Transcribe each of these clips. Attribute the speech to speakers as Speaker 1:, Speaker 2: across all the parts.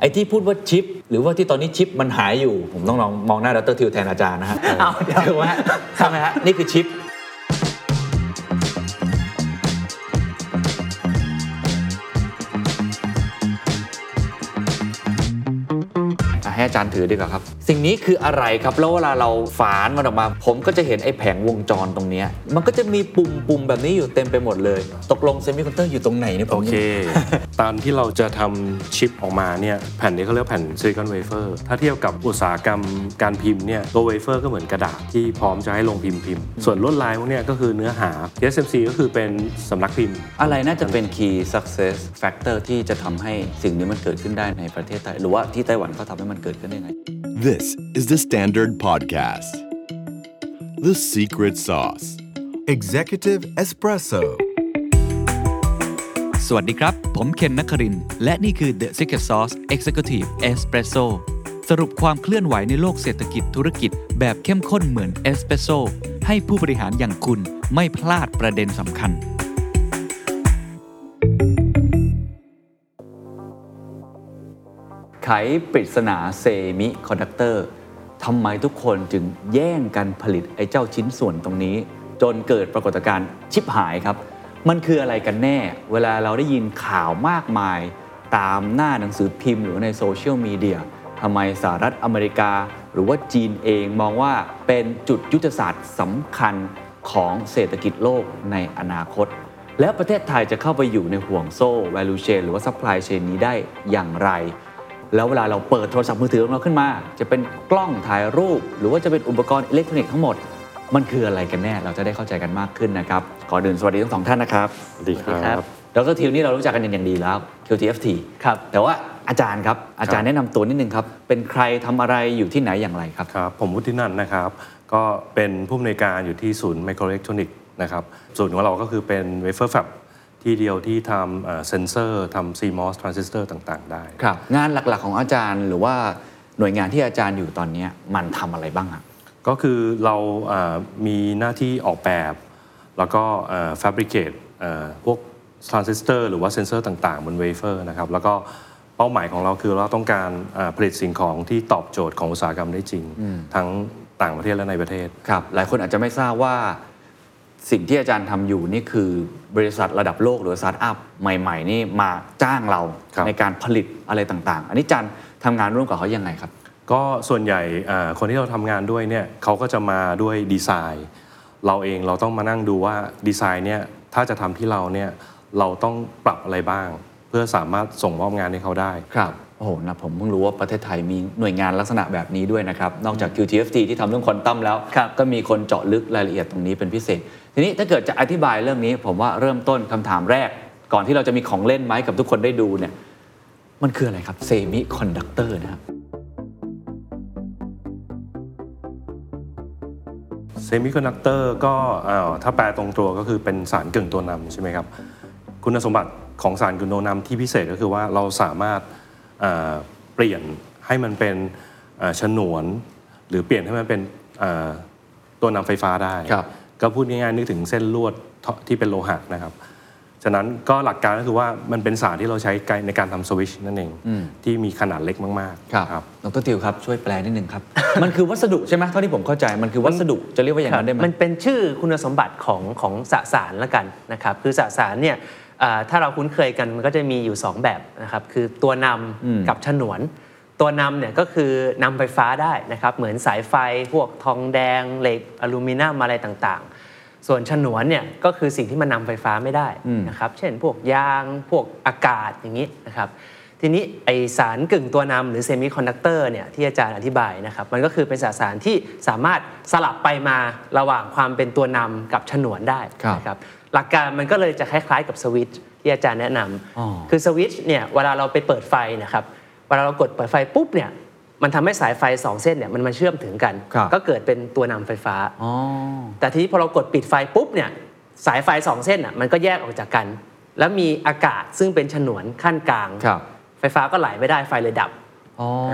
Speaker 1: ไอ้ที่พูดว่าชิป หรือว่าที่ตอนนี้ชิปมันหายอยู่ ผมต้องลองมองหน้าดรทิวแทนอาจารย์นะฮะ
Speaker 2: เอาเดี๋ยว
Speaker 1: คือว่าทำไมฮะนี่คือชิป
Speaker 2: อ่ะให้อาจารย์ถือดีกว่าครับ สิ่งนี้คืออะไรครับ แล้วเวลาเราฝานมันออกมา ผมก็จะเห็นไอ้แผงวงจรตรงเนี้ย
Speaker 1: มันก็จะมีปุ่มปุ่มแบบนี้อยู่เต็มไปหมดเลย ตกลงเซมิคอนเตอร์อยู่ตรงไหนเนี่ยผ
Speaker 3: โอ
Speaker 1: ม
Speaker 3: เค ตอนที่เราจะทำชิปออกมาเนี่ยแผ่นนี้เขาเรียกแผ่นซิลิคอนเวเฟอร์ถ้าเทียบกับอุตสาหกรรมการพิมพ์เนี่ยตัวเวเฟอร์ก็เหมือนกระดาษที่พร้อมจะให้ลงพิมพ์พิมพ์ ส่วนลวดลายพวกเนี้ยก็คือเนื้อหา TSMC ก็คือเป็นสำนักพิมพ์
Speaker 4: อะไรน่าจะเป็น key success factor ที่จะทำให้สิ่งนี้มันเกิดขึ้นได้ในประเทศไทย หรือว่าที่ไต้หวันเขาทำให้มันเกิดขึ้นได้ไง
Speaker 5: This is the Standard Podcast. The Secret Sauce.
Speaker 6: Executive Espresso.
Speaker 7: สวัสดีครับ ผมเคนนักครินทร์และนี่คือ The Secret Sauce Executive Espresso สรุปความเคลื่อนไหวในโลกเศรษฐกิจธุรกิจแบบเข้มข้นเหมือนเอสเปรสโซให้ผู้บริหารอย่างคุณไม่พลาดประเด็นสำคัญ
Speaker 4: ไขปริศนาเซมิคอนดักเตอร์ทำไมทุกคนจึงแย่งกันผลิตไอ้เจ้าชิ้นส่วนตรงนี้ จนเกิดปรากฏการณ์ชิบหายครับ มันคืออะไรกันแน่ เวลาเราได้ยินข่าวมากมาย ตามหน้าหนังสือพิมพ์หรือในโซเชียลมีเดียทำไมสหรัฐอเมริกา หรือว่าจีนเองมองว่าเป็นจุดยุทธศาสตร์สำคัญของเศรษฐกิจโลกในอนาคต แล้วประเทศไทยจะเข้าไปอยู่ในห่วงโซ่ value chain หรือว่า supply chain นี้ได้อย่างไร แล้วเวลาเราเปิดโทรศัพท์มือถือของเราขึ้นมา จะเป็นกล้องถ่ายรูป หรือว่าจะเป็นอุปกรณ์อิเล็กทรอนิกส์ทั้งหมด มันคืออะไรกันแน่เราจะได้เข้าใจกันมากขึ้นนะครับก่อนอื่นสวัสดีทั้งสองท่านนะครับ
Speaker 3: สวัสดีครับ
Speaker 4: ดรทิวนี่เรารู้จักกันเป็นอย่างดีแล้ว QTFT
Speaker 2: ครับ
Speaker 4: แต่ว่าอาจารย์ครับ อาจารย์แนะนำตัวนิดนึงครับ เป็นใครทำอะไรอยู่ที่ไหนอย่างไรครับ
Speaker 3: ครับผมวุฒินันท์นะครับ ก็เป็นผู้อำนวยการอยู่ที่ศูนย์ไมโครอิเล็กทรอนิกส์นะครับศูนย์ของเราก็คือเป็นเวเฟอร์แฟบที่เดียวที่ทำเอ่อเซนเซอร์ทำ CMOS ทรานซิสเตอร์ต่าง ๆ ได้
Speaker 4: ครับ งานหลักๆของอาจารย์หรือว่าหน่วยงานที่อาจารย์อยู่ตอนเนี้ยมันทำอะไรบ้างครับ
Speaker 3: ก็คือเราเอ่อมีหน้าที่ออกแบบ แล้วก็ฟ b บริเ t e พวกทรานซิสเตอร์หรือว่าเซนเซอร์ต่าง ๆ บนเวเฟอร์นะครับ แล้วก็เป้าหมายของเราคือเราต้องการเอ่อผลิตสิ่งของที่ตอบโจทย์ของอุตสาหกรรมได้จริง ทั้งต่างประเทศและในประเทศ
Speaker 4: ครับหลายคนอาจจะไม่ทราบว่าสิ่งที่อาจารย์ทำอยู่นี่คือบริษัทระดับโลกหรือสตาร์ทอัพใหม่ ๆ นี่มาจ้างเรา
Speaker 3: ครับ
Speaker 4: ในการผลิตอะไรต่างๆ อันนี้อาจารย์ทำงานร่วมกับเขายังไงครับ
Speaker 3: ก็ส่วนใหญ่เอ่อคนที่เราทำงานด้วยเนี่ยเขาก็จะมาด้วยดีไซน์ เราเองเราต้องมานั่งดูว่าดีไซน์เนี่ยถ้าจะทำที่เราเนี่ยเราต้องปรับอะไรบ้าง เพื่อสามารถส่งมอบงานให้เขาได้
Speaker 4: ครับโอ้โหนะผมเพิ่งรู้ว่าประเทศไทยมีหน่วยงานลักษณะแบบนี้ด้วยนะครับ นอกจาก QTFT ที่ทำเรื่องควอนตัมแล้ว ก็มีคนเจาะลึกรายละเอียดตรงนี้เป็นพิเศษ ทีนี้ถ้าเกิดจะอธิบายเรื่องนี้ ผมว่าเริ่มต้นคำถามแรก ก่อนที่เราจะมีของเล่นไหมาให้กับทุกคนได้ดูเนี่ยมันคืออะไรครับเซมิคอนดักเตอร์นะครับ
Speaker 3: เซมิคอนดักเตอร์ก็อ่าถ้าแปลตรงตัวก็คือเป็นสารกึ่งตัวนำใช่ไหมครับ คุณสมบัติของสารกึ่งตัวนำที่พิเศษก็คือว่าเราสามารถอ่าเปลี่ยนให้มันเป็นอ่าฉนวน หรือเปลี่ยนให้มันเป็นอ่าตัวนำไฟฟ้าได้
Speaker 4: ครับ
Speaker 3: ก็พูดง่ายๆนึกถึงเส้นลวดที่เป็นโลหะนะครับ ฉะนั้นก็หลักการก็คือว่ามันเป็นสารที่เราใช้ในการทำสวิตชนั่นเอง ที่มีขนาดเล็กมากๆ
Speaker 4: ครับดรติวครับ ช่วยแปลนิดนึงครับ มันคือวัสดุใช่ไหมเท่าที่ผมเข้าใจ มันคือวัสดุจะเรียกว่าอย่างนั้นได้ไหม
Speaker 8: มันเป็นชื่อคุณสมบัติของของสสารละกันนะครับ คือสสารเนี่ยอ่าถ้าเราคุ้นเคยกันมันก็จะมีอยู่ 2 แบบนะครับ คือตัวนำกับฉนวน ตัวนำเนี่ยก็คือนำไฟฟ้าได้นะครับ เหมือนสายไฟพวกทองแดงเหล็กอลูมิเนียมอะไรต่างๆ ส่วนฉนวนเนี่ยก็คือสิ่งที่มันนำไฟฟ้าไม่ได้นะครับ เช่นพวกยางพวกอากาศอย่างนี้นะครับ ทีนี้ไอสารกึ่งตัวนำหรือเซมิคอนดักเตอร์เนี่ยที่อาจารย์อธิบายนะครับ มันก็คือเป็นสสารที่สามารถสลับไปมาระหว่างความเป็นตัวนำกับฉนวนได้
Speaker 4: ครับ
Speaker 8: นะครับหลักการมันก็เลยจะคล้ายๆกับสวิตช์ที่อาจารย์แนะนำ
Speaker 4: อ๋อ
Speaker 8: คือสวิตช์เนี่ยเวลาเราไปเปิดไฟนะครับเวลาเรากดเปิดไฟปุ๊บเนี่ยมันทำให้สายไฟสองเส้นเนี่ยมันมาเชื่อมถึงกัน
Speaker 4: ครับ
Speaker 8: ก็เกิดเป็นตัวนำไฟฟ้า
Speaker 4: อ๋อ
Speaker 8: แต่ทีนี้พอเรากดปิดไฟปุ๊บเนี่ยสายไฟสองเส้นอ่ะมันก็แยกออกจากกัน แล้วมีอากาศซึ่งเป็นฉนวนขั้นกลาง
Speaker 4: ครับ
Speaker 8: ไฟฟ้าก็ไหลไม่ได้ไฟเลยดับ
Speaker 4: อ๋อ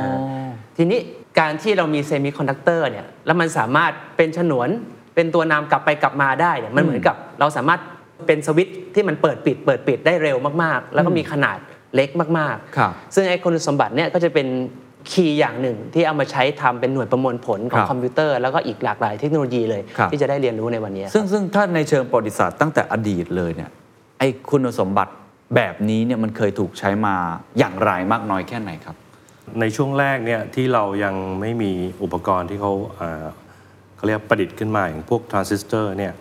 Speaker 8: ทีนี้การที่เรามีเซมิคอนดักเตอร์เนี่ยแล้วมันสามารถเป็นฉนวนเป็นตัวนำกลับไปกลับมาได้เนี่ยมันเหมือนกับเราสามารถเป็นสวิตช์ที่มันเปิดปิดเปิดปิดได้เร็วมากๆ แล้วก็มีขนาด เล็กมาก
Speaker 4: ครับ
Speaker 8: ซึ่งไอ้คุณสมบัติเนี่ยก็จะเป็นคีย์อย่างหนึ่งที่เอามาใช้ทำเป็นหน่วยประมวลผลข
Speaker 4: ค
Speaker 8: อง
Speaker 4: รับ
Speaker 8: คอมพิวเตอร์ แล้วก็อีกหลากหลายเทคโนโลยีเลย
Speaker 4: ครับ
Speaker 8: ที่จะได้เรียนรู้ในวันนี้
Speaker 4: ซึ่งซึ่งถ้าในเชิงประวัติศาสตร์ตั้งแต่อดีตเลยเนี่ยไอ้คุณสมบัติแบบนี้เนี่ยมันเคยถูกใช้มาอย่างไรมากน้อยแค่ไหนครับ
Speaker 3: ในช่วงแรกเนี่ยที่เรายังไม่มีอุปกรณ์ที่เขาเอ่อเขาเรียกประดิษฐ์ขึ้นมาอย่างพวกทรานซิสเตอร์เนี่ย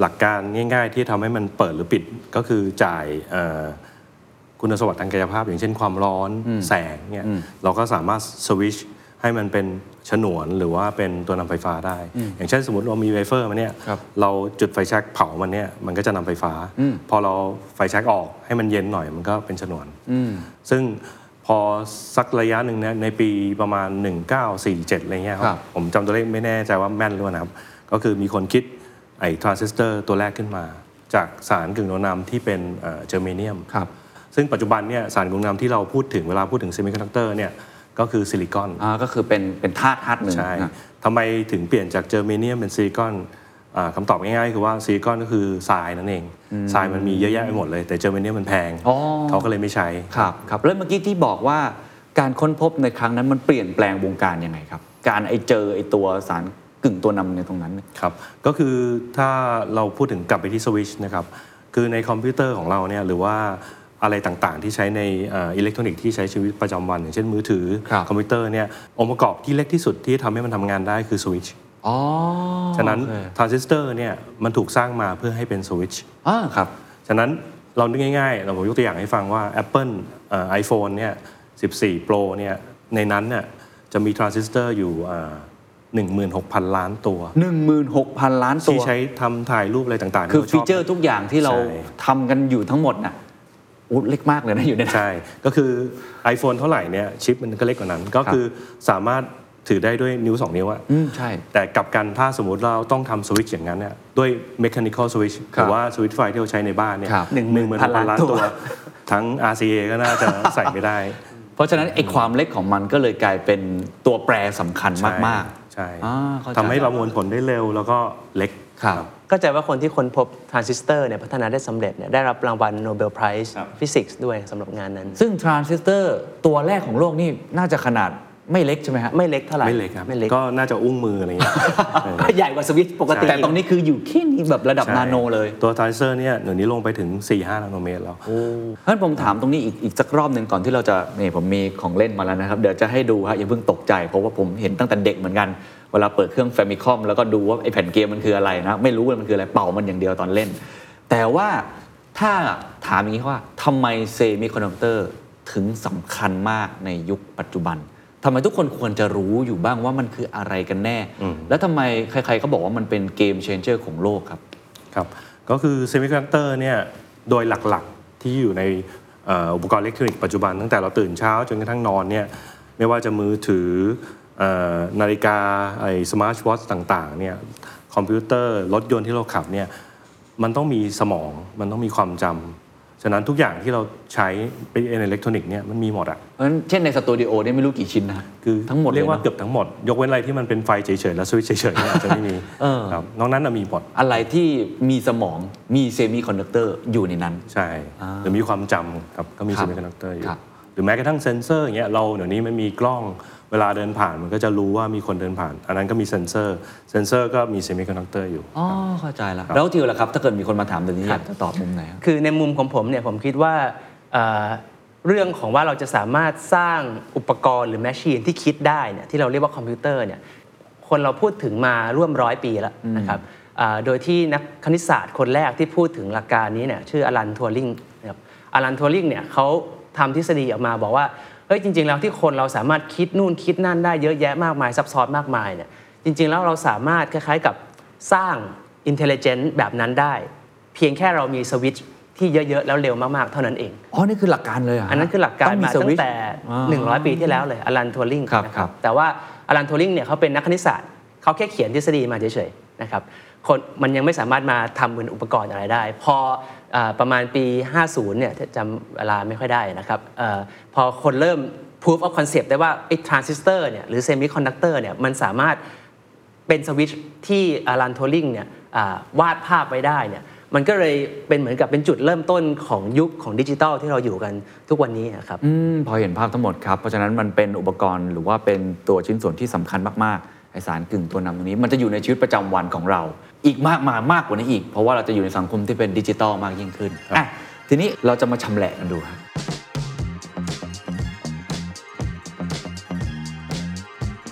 Speaker 3: หลักการง่าย ๆ ที่ทำให้มันเปิดหรือปิดก็คือจ่ายเอ่อคุณสมบัติทางกายภาพ อย่างเช่นความร้อนแสงเนี่ยเราก็สามารถสวิตชให้มันเป็นฉนวนหรือว่าเป็นตัวนำไฟฟ้าได้ อย่างเช่นสมมติเรามีไวเฟอร์มันเนี่ย
Speaker 4: ครับ
Speaker 3: เราจุดไฟแช็กเผามันเนี่ยมันก็จะนำไฟฟ้า พอเราไฟแช็กออกให้มันเย็นหน่อยมันก็เป็นฉนวน ซึ่งพอสักระยะหนึ่งเนี่ยในปีประมาณ 1947 อะไรเงี้ยค
Speaker 4: ครั
Speaker 3: รับ บ ผมจำตัวเลขไม่แน่ใจว่าแม่นหรือเปล่านะครับ ก็คือมีคนคิดไอ้ทรานซิสเตอร์ตัวแรกขึ้นมา จากสารกึ่งโนนามที่เป็นเอ่อเจอร์เมเนียม
Speaker 4: ครับ
Speaker 3: ซึ่งปัจจุบันเนี่ยสารกึ่งโนนามที่เราพูดถึงเวลาพูดถึงเซมิคอนดักเตอร์เนี่ยก็คือซิลิคอน
Speaker 4: อ่าก็คือเป็นเป็นธาตุธาตุหนึ่ง
Speaker 3: ใช่
Speaker 4: นะ
Speaker 3: ทำไมถึงเปลี่ยนจากเจอร์เมเนียมเป็นซิลิคอนอ่าคำตอบง่ายๆคือว่าซิลิคอนก็คือทรายนั่นเอง ทรายมันมีเยอะแยะไปหมดเลย แต่เจอร์เมเนียมมันแพง
Speaker 4: อ๋อ
Speaker 3: เขาก็เลยไม่ใช้
Speaker 4: ครับครับแล้วเมื่อกี้ที่บอกว่าการค้นพบในครั้งนั้นมันเปลี่ยนแปลงวงการยังไงครับ การไอเจอไอตัวสารกึ่งตัวนำในตรงนั้นเนี่ย
Speaker 3: ครับก็คือถ้าเราพูดถึงกลับไปที่สวิชนะครับคือในคอมพิวเตอร์ของเราเนี่ยหรือว่าอะไรต่างๆ ที่ใช้ในเอ่ออิเล็กทรอนิกส์ที่ใช้ชีวิตประจำวัน อย่างเช่นมือถือ
Speaker 4: ครับ
Speaker 3: คอมพิวเตอร์เนี่ยองค์ประกอบที่เล็กที่สุดที่ทำให้มันทำงานได้คือสวิตช์
Speaker 4: ๋อ
Speaker 3: ฉะนั้น
Speaker 4: โอเค
Speaker 3: ทรานซิสเตอร์เนี่ยมันถูกสร้างมาเพื่อให้เป็นสวิตช์
Speaker 4: อ่าครับ
Speaker 3: ฉะนั้นเรานึกง่ายๆ เราผมยกตัวอย่างให้ฟังว่า Apple เอ่อ iPhone เนี่ย14 Pro เนี่ยในนั้นน่ยจะมีทรานซิสเตอร์อยู่เอ่อ16,000 ล้านตัว
Speaker 4: 16,000 ล้านตั
Speaker 3: ที่
Speaker 4: ว
Speaker 3: ใช้ทำถ่ายรูปอะไรต่างๆที่
Speaker 4: คือ
Speaker 3: ขาช
Speaker 4: ฟี
Speaker 3: บ
Speaker 4: เจอร์ทุกอย่างที่เรา
Speaker 3: ใช่
Speaker 4: ทำกันอยู่ทั้งหมดน่ะอุ๊ยเล็กมากเลยนะอยู่ในนั้น
Speaker 3: ใช่ ก็คือ iPhone เท่าไหร่เนี่ยชิปมันก็เล็กกว่านั้น ก็คือสามารถถือได้ด้วยนิ้ว 2 นิ้วอะ
Speaker 4: อืมใช่
Speaker 3: แต่กลับกันถ้าสมมติเราต้องทำสวิตช์อย่างนั้นเนี่ยด้วย mechanical switch
Speaker 4: ค
Speaker 3: ห
Speaker 4: รับ
Speaker 3: รือว่าสวิตช์ไฟที่เราใช้ในบ้านเนี่ย
Speaker 4: ครับ
Speaker 3: หนึ่งหมื่นพัน
Speaker 4: ล้า
Speaker 3: ล้าน น
Speaker 4: ตั
Speaker 3: ตัว ว ทั้ง RCA ก็น่าจะใส่ไม่ได้
Speaker 4: เพราะฉะนั้นไอความเล็กของมันก็เลยกลายเป็นตัวแปรสำคัญ
Speaker 3: ใช่
Speaker 4: มาก
Speaker 3: ใช่
Speaker 4: อ่าเข้าใจ
Speaker 3: ทำให้ประมวลผลได้เร็วแล้วก็เล็ก
Speaker 4: ๆ ครับ
Speaker 8: ก็จะว่าคนที่ค้นพบทรานซิสเตอร์เนี่ยพัฒนาได้สำเร็จเนี่ยได้รับรางวัลโนเบลไพรส์ฟิสิกส์ด้วยสำหรับงานนั้น
Speaker 4: ซึ่งทรานซิสเตอร์ตัวแรกของโลกนี่น่าจะขนาดไม่เล็กใช่ไหมฮะ
Speaker 8: ไม่เล็กเท่าไหร่
Speaker 3: ไม่เล็กครับ
Speaker 8: ไม่เล็ก
Speaker 3: ก็น่าจะอุ้งมืออะไรอย่างเงี้ย
Speaker 8: ก็ใหญ่กว่าสวิตช์ปกติ
Speaker 4: แต่ตรงนี้คืออยู่แค่นี้แบบระดับ
Speaker 3: ใช่
Speaker 4: นาโนเลย
Speaker 3: ตัวไทเซอร์เนี่ยเดี๋ยวนี้ลงไปถึง 4-5 นาโนเมตรแล้ว
Speaker 4: เพราะฉะนั้นผมถามตรงนี้อีกอีกสักรอบหนึ่งก่อนที่เราจะนี่ผมมีของเล่นมาแล้วนะครับ เดี๋ยวจะให้ดูฮะอย่าเพิ่งตกใจ เพราะว่าผมเห็นตั้งแต่เด็กเหมือนกัน เวลาเปิดเครื่องแฟมิคอมแล้วก็ดูว่าไอ้แผ่นเกมมันคืออะไรนะ ไม่รู้ว่ามันคืออะไรเป่ามันอย่างเดียวตอนเล่น แต่ว่าถ้าถามอย่างนี้ว่าทำไมเซมิคอนดักเตอร์ถึงสำคัญมากในยุคปัจจุบันทำไมทุกคนควรจะรู้อยู่บ้างว่ามันคืออะไรกันแน่ แล้วทำไมใครๆก็บอกว่ามันเป็นเกมเชนเจอร์ของโลกครับ
Speaker 3: ครับ ก็คือเซมิคอนดักเตอร์เนี่ยโดยหลักๆที่อยู่ในเอ่ออุปกรณ์อิเล็กทรอนิกส์ปัจจุบันตั้งแต่เราตื่นเช้าจนกระทั่งนอนเนี่ยไม่ว่าจะมือถือเออนาฬิกาไอ้สมาร์ทวอทต่างๆเนี่ยคอมพิวเตอร์รถยนต์ที่เราขับเนี่ยมันต้องมีสมองมันต้องมีความจำฉะนั้นทุกอย่างที่เราใช้เป็นอิเล็กทรอนิกส์เนี่ยมันมีหมดอะ
Speaker 4: เพราะฉะนั้นเช่นในสตูดิโอเนี่ยไม่รู้กี่ชิ้นนะ
Speaker 3: คือ
Speaker 4: ทั้งหมดล
Speaker 3: เรียกว่า
Speaker 4: นะ
Speaker 3: เกือบทั้งหมด ยกเว้นอะไรที่มันเป็นไฟเฉยๆ และสวิตช์เฉยๆเนี่ยอาจจะไม่มี
Speaker 4: เออ
Speaker 3: ครับนอกนั้นน่ะมีหมด
Speaker 4: อะไรที่มีสมองมีเซมิคอนดักเตอร์อยู่ในนั้น
Speaker 3: ใช่ หรือมีความจำครับก็มี
Speaker 4: ครั
Speaker 3: เซ
Speaker 4: บ
Speaker 3: มิคอนดักเตอร์อยู่
Speaker 4: ครับ
Speaker 3: หรือแม้กระทั่งเซนเซอร์อย่างเงี้ยเราเดี๋ยวนี้มันมีกล้องเวลาเดินผ่านมันก็จะรู้ว่ามีคนเดินผ่าน อันนั้นก็มีเซนเซอร์เซนเซอร์ก็มีเซมิคอนดักเตอร์อยู่
Speaker 4: อ๋อเข้าใจแล้ว แล้วทิวล่ะครับ ถ้าเกิดมีคนมาถามแบบนี้อยากจะตอบมุมไหนครับ
Speaker 8: คือในมุมของผมเนี่ยผมคิดว่าเอ่อเรื่องของว่าเราจะสามารถสร้างอุปกรณ์หรือแมชชีนที่คิดได้เนี่ยที่เราเรียกว่าคอมพิวเตอร์เนี่ยคนเราพูดถึงมาร่วมร้อยปีแล้วนะครับอ่าโดยที่นักคณิตศาสตร์คนแรกที่พูดถึงหลักการนี้เนี่ยชื่ออลันทัวริงนะครับอลันทัวริงเนี่ยเขาทำทฤษฎีออกมาบอกว่าเฮ้ยจริง ๆ แล้วที่คนเราสามารถคิดนู่นคิดนั่นได้เยอะแยะมากมายซับซ้อนมากมายเนี่ยจริง ๆ แล้วเราสามารถคล้ายๆกับสร้างอินเทลเจนต์แบบนั้นได้ เพียงแค่เรามีสวิตช์ที่เยอะๆ แล้วเร็วมากๆ เท่านั้นเอง
Speaker 4: อ๋อ นี่คือหลักการเลยเหรอ่ะ
Speaker 8: อันนั้นคือหลักการมาตั้งแต่ 100 ปีที่แล้วเลยอลันทัวริง
Speaker 4: ครับ
Speaker 8: นะครับ แต่ว่าอลันทัวริงเนี่ยเขาเป็นนักคณิตศาสตร์เขาแค่เขียนทฤษฎีมาเฉยๆนะครับคนมันยังไม่สามารถมาทำเป็นอุปกรณ์อะไรได้ พอเอ่อประมาณปี 50 เนี่ยจำเวลาไม่ค่อยได้นะครับเออพอคนเริ่ม proof of concept ได้ว่าไอ้ทรานซิสเตอร์เนี่ยหรือเซมิคอนดักเตอร์เนี่ยมันสามารถ เป็นสวิตช์ที่อลันโทลิงเนี่ยอ่าวาดภาพไว้ได้เนี่ย มันก็เลยเป็นเหมือนกับเป็นจุดเริ่มต้นของยุคของดิจิทัลที่เราอยู่กันทุกวันนี้อะครับ
Speaker 9: อืมพอเห็นภาพทั้งหมดครับ เพราะฉะนั้นมันเป็นอุปกรณ์หรือว่าเป็นตัวชิ้นส่วนที่สำคัญมาก ๆ ไอสารกึ่งตัวนำตรงนี้ มันจะอยู่ในชีวิตประจำวันของเรา อีกมากมายมากกว่านี้อีก เพราะว่าเราจะอยู่ในสังคมที่เป็นดิจิตอลมากยิ่งขึ้นอ่ะทีนี้เราจะมาชำแหละกันดูครับ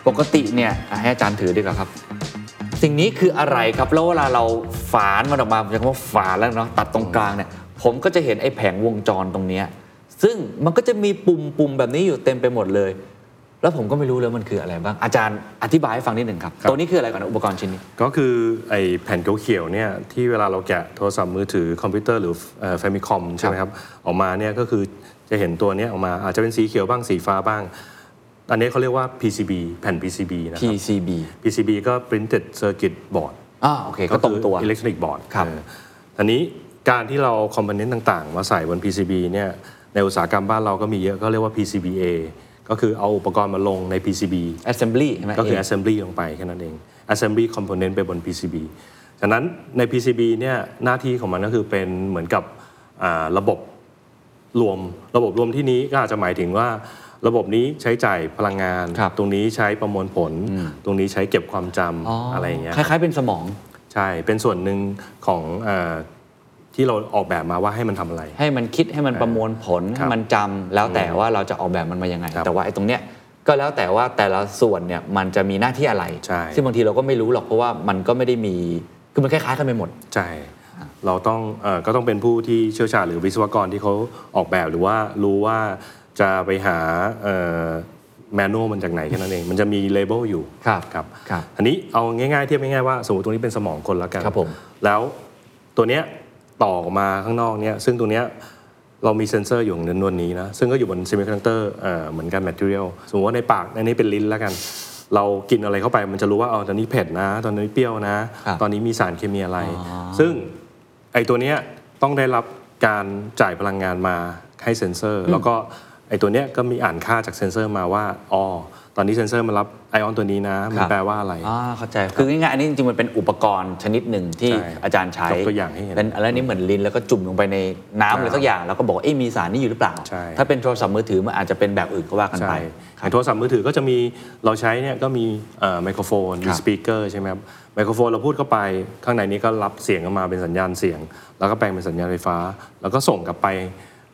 Speaker 4: ปกติเนี่ยอ่ะให้อาจารย์ถือดีกว่าครับ สิ่งนี้คืออะไรครับ แล้วเวลาเราฝานมันออกมาผมจะคำว่าฝานแล้วเนาะตัดตรงกลางเนี่ยผมก็จะเห็นไอ้แผงวงจรตรงเนี้ยซึ่งมันก็จะมีปุ่มปุ่มแบบนี้อยู่เต็มไปหมดเลย แล้วผมก็ไม่รู้เลยมันคืออะไรบ้างอาจารย์อธิบายให้ฟังนิดหนึ่งครับ
Speaker 3: ครับ
Speaker 4: ตัวนี้คืออะไรก่อนนะอุปกรณ์ชิ้นนี้
Speaker 3: ก็คือไอ้แผ่นเขียวๆเนี่ยที่เวลาเราแกะโทรศัพท์มือถือคอมพิวเตอร์หรือแฟมิคอมใช่ไหมครับออกมาเนี่ยก็คือจะเห็นตัวเนี้ยออกมาอาจจะเป็นสีเขียวบ้างสีฟ้าบ้าง อันนี้เขาเรียกว่า PCB แผ่น PCB นะครับ
Speaker 4: PCB
Speaker 3: PCB ก็ Printed Circuit Board
Speaker 4: อ่าโอเคก็ตรงตัว
Speaker 3: อิเล็กทรอนิกส์บอร์ด
Speaker 4: ครับ
Speaker 3: อันนี้การที่เราคอมโพเนนต์ต่างๆ มาใส่บน PCB เนี่ยในอุตสาหกรรมบ้านเราก็มีเยอะก็เรียกว่า PCBA ก็คือเอาอุปกรณ์มาลงใน PCB
Speaker 4: assembly ใช่ไหม
Speaker 3: ก็คือ
Speaker 4: เะ
Speaker 3: assembly ลงไปแค่นั้นเอง assembly component ไปบน PCB ฉะนั้นใน PCB เนี่ยหน้าที่ของมันก็คือเป็นเหมือนกับอ่าระบบรวม ระบบรวมที่นี้ก็อาจจะหมายถึงว่า ระบบนี้ใช้จ่ายพลังงาน
Speaker 4: ครับ
Speaker 3: ตรงนี้ใช้ประมวลผล ตรงนี้ใช้เก็บความจำ
Speaker 4: อ๋ออ
Speaker 3: อะไรอย่างเงี้ย
Speaker 4: คล้ายๆเป็นสมอง
Speaker 3: ใช่ เป็นส่วนหนึ่งของเออที่เราออกแบบมาว่าให้มันทำอะไร
Speaker 4: ให้มันคิดให้มันประมวลผล
Speaker 3: ครั
Speaker 4: ให้
Speaker 3: บ
Speaker 4: มันจำแล้วแต่ว่าเราจะออกแบบมันมายังไง
Speaker 3: ครับ
Speaker 4: แต่ว่าไอ้ตรงเนี้ยก็แล้วแต่ว่าแต่ละส่วนเนี่ยมันจะมีหน้าที่อะไร
Speaker 3: ใช่
Speaker 4: ซึ่งบางทีเราก็ไม่รู้หรอกเพราะว่ามันก็ไม่ได้มีคือมันคล้ายๆกันไปหมด
Speaker 3: ใช่ เราต้องเออก็ต้องเป็นผู้ที่เชี่ยวชาญหรือวิศวกรที่เขาออกแบบหรือว่ารู้ว่าจะไปหาแมนนวลมันจากไหนแค่นั้นเอง มันจะมีเลเบลอยู่
Speaker 4: ครับ
Speaker 3: ครับ
Speaker 4: ครับ
Speaker 3: อันนี้เอาง่ายๆเทียบง่ายๆว่าสมมติตรงนี้เป็นสมองคนแล้วกัน
Speaker 4: ครับผม
Speaker 3: แล้วตัวเนี้ยต่อออกมาข้างนอกเนี้ยซึ่งตัวเนี้ยเรามีเซ็นเซอร์อยู่ในนวลนี้นะ ซึ่งก็อยู่บนเซมิคอนดักเตอร์เหมือนกันแมทเทียลสมมติว่าในปากอันนี้เป็นลิ้นแล้วกัน เรากินอะไรเข้าไปมันจะรู้ว่าเอาตอนนี้เผ็ดนะ ตอนนี้เปรี้ยวนะ
Speaker 4: ครับ
Speaker 3: ตอนนี้มีสารเคมีอะไร ซึ่ง ไอ้ตัวเนี้ยต้องได้รับการจ่ายพลังงานมาให้เซ็นเซอร์ แล้วก็ไอ้ตัวเนี้ยก็มีอ่านค่าจากเซ็นเซอร์มาว่าอ๋อตอนนี้เซ็นเซอร์มารับไอออนตัวนี้นะ มัน
Speaker 4: ครับ
Speaker 3: แปลว่าอะไร
Speaker 4: อ่าเข้าใจคือง่ายๆอันนี้จริงๆมันเป็นอุปกรณ์ชนิดหนึ่งที่
Speaker 3: ใช่
Speaker 4: อาจารย์ใช้
Speaker 3: ยกตัวอย่างให้เห็น
Speaker 4: ป็นอะไรนี่เหมือนลิ้นแล้วก็จุ่มลงไปในน้ำอะไรสักอย่างแล้วก็บอกว่าเอ๊ะมีสารนี่อยู่หรือเปล่า
Speaker 3: ใช่
Speaker 4: ถ้าเป็นโทรศัพท์มือถือมันอาจจะเป็นแบบอื่นก็ว่ากันไป
Speaker 3: ใช่อย่างโทรศัพท์มือถือก็จะมีเราใช้เนี่ยก็มีไมโครโฟน
Speaker 4: ค
Speaker 3: มี
Speaker 4: รับ
Speaker 3: สปีกเกอร์ใช่ไหมครับไมโครโฟนเราพูดเข้าไป ข้างในนี้ก็รับเสียงออกมาเป็นสัญญาณเสียง แล้วก็แปลงเป็นสัญญาณไฟฟ้า แล้วก็ส่งกลับไป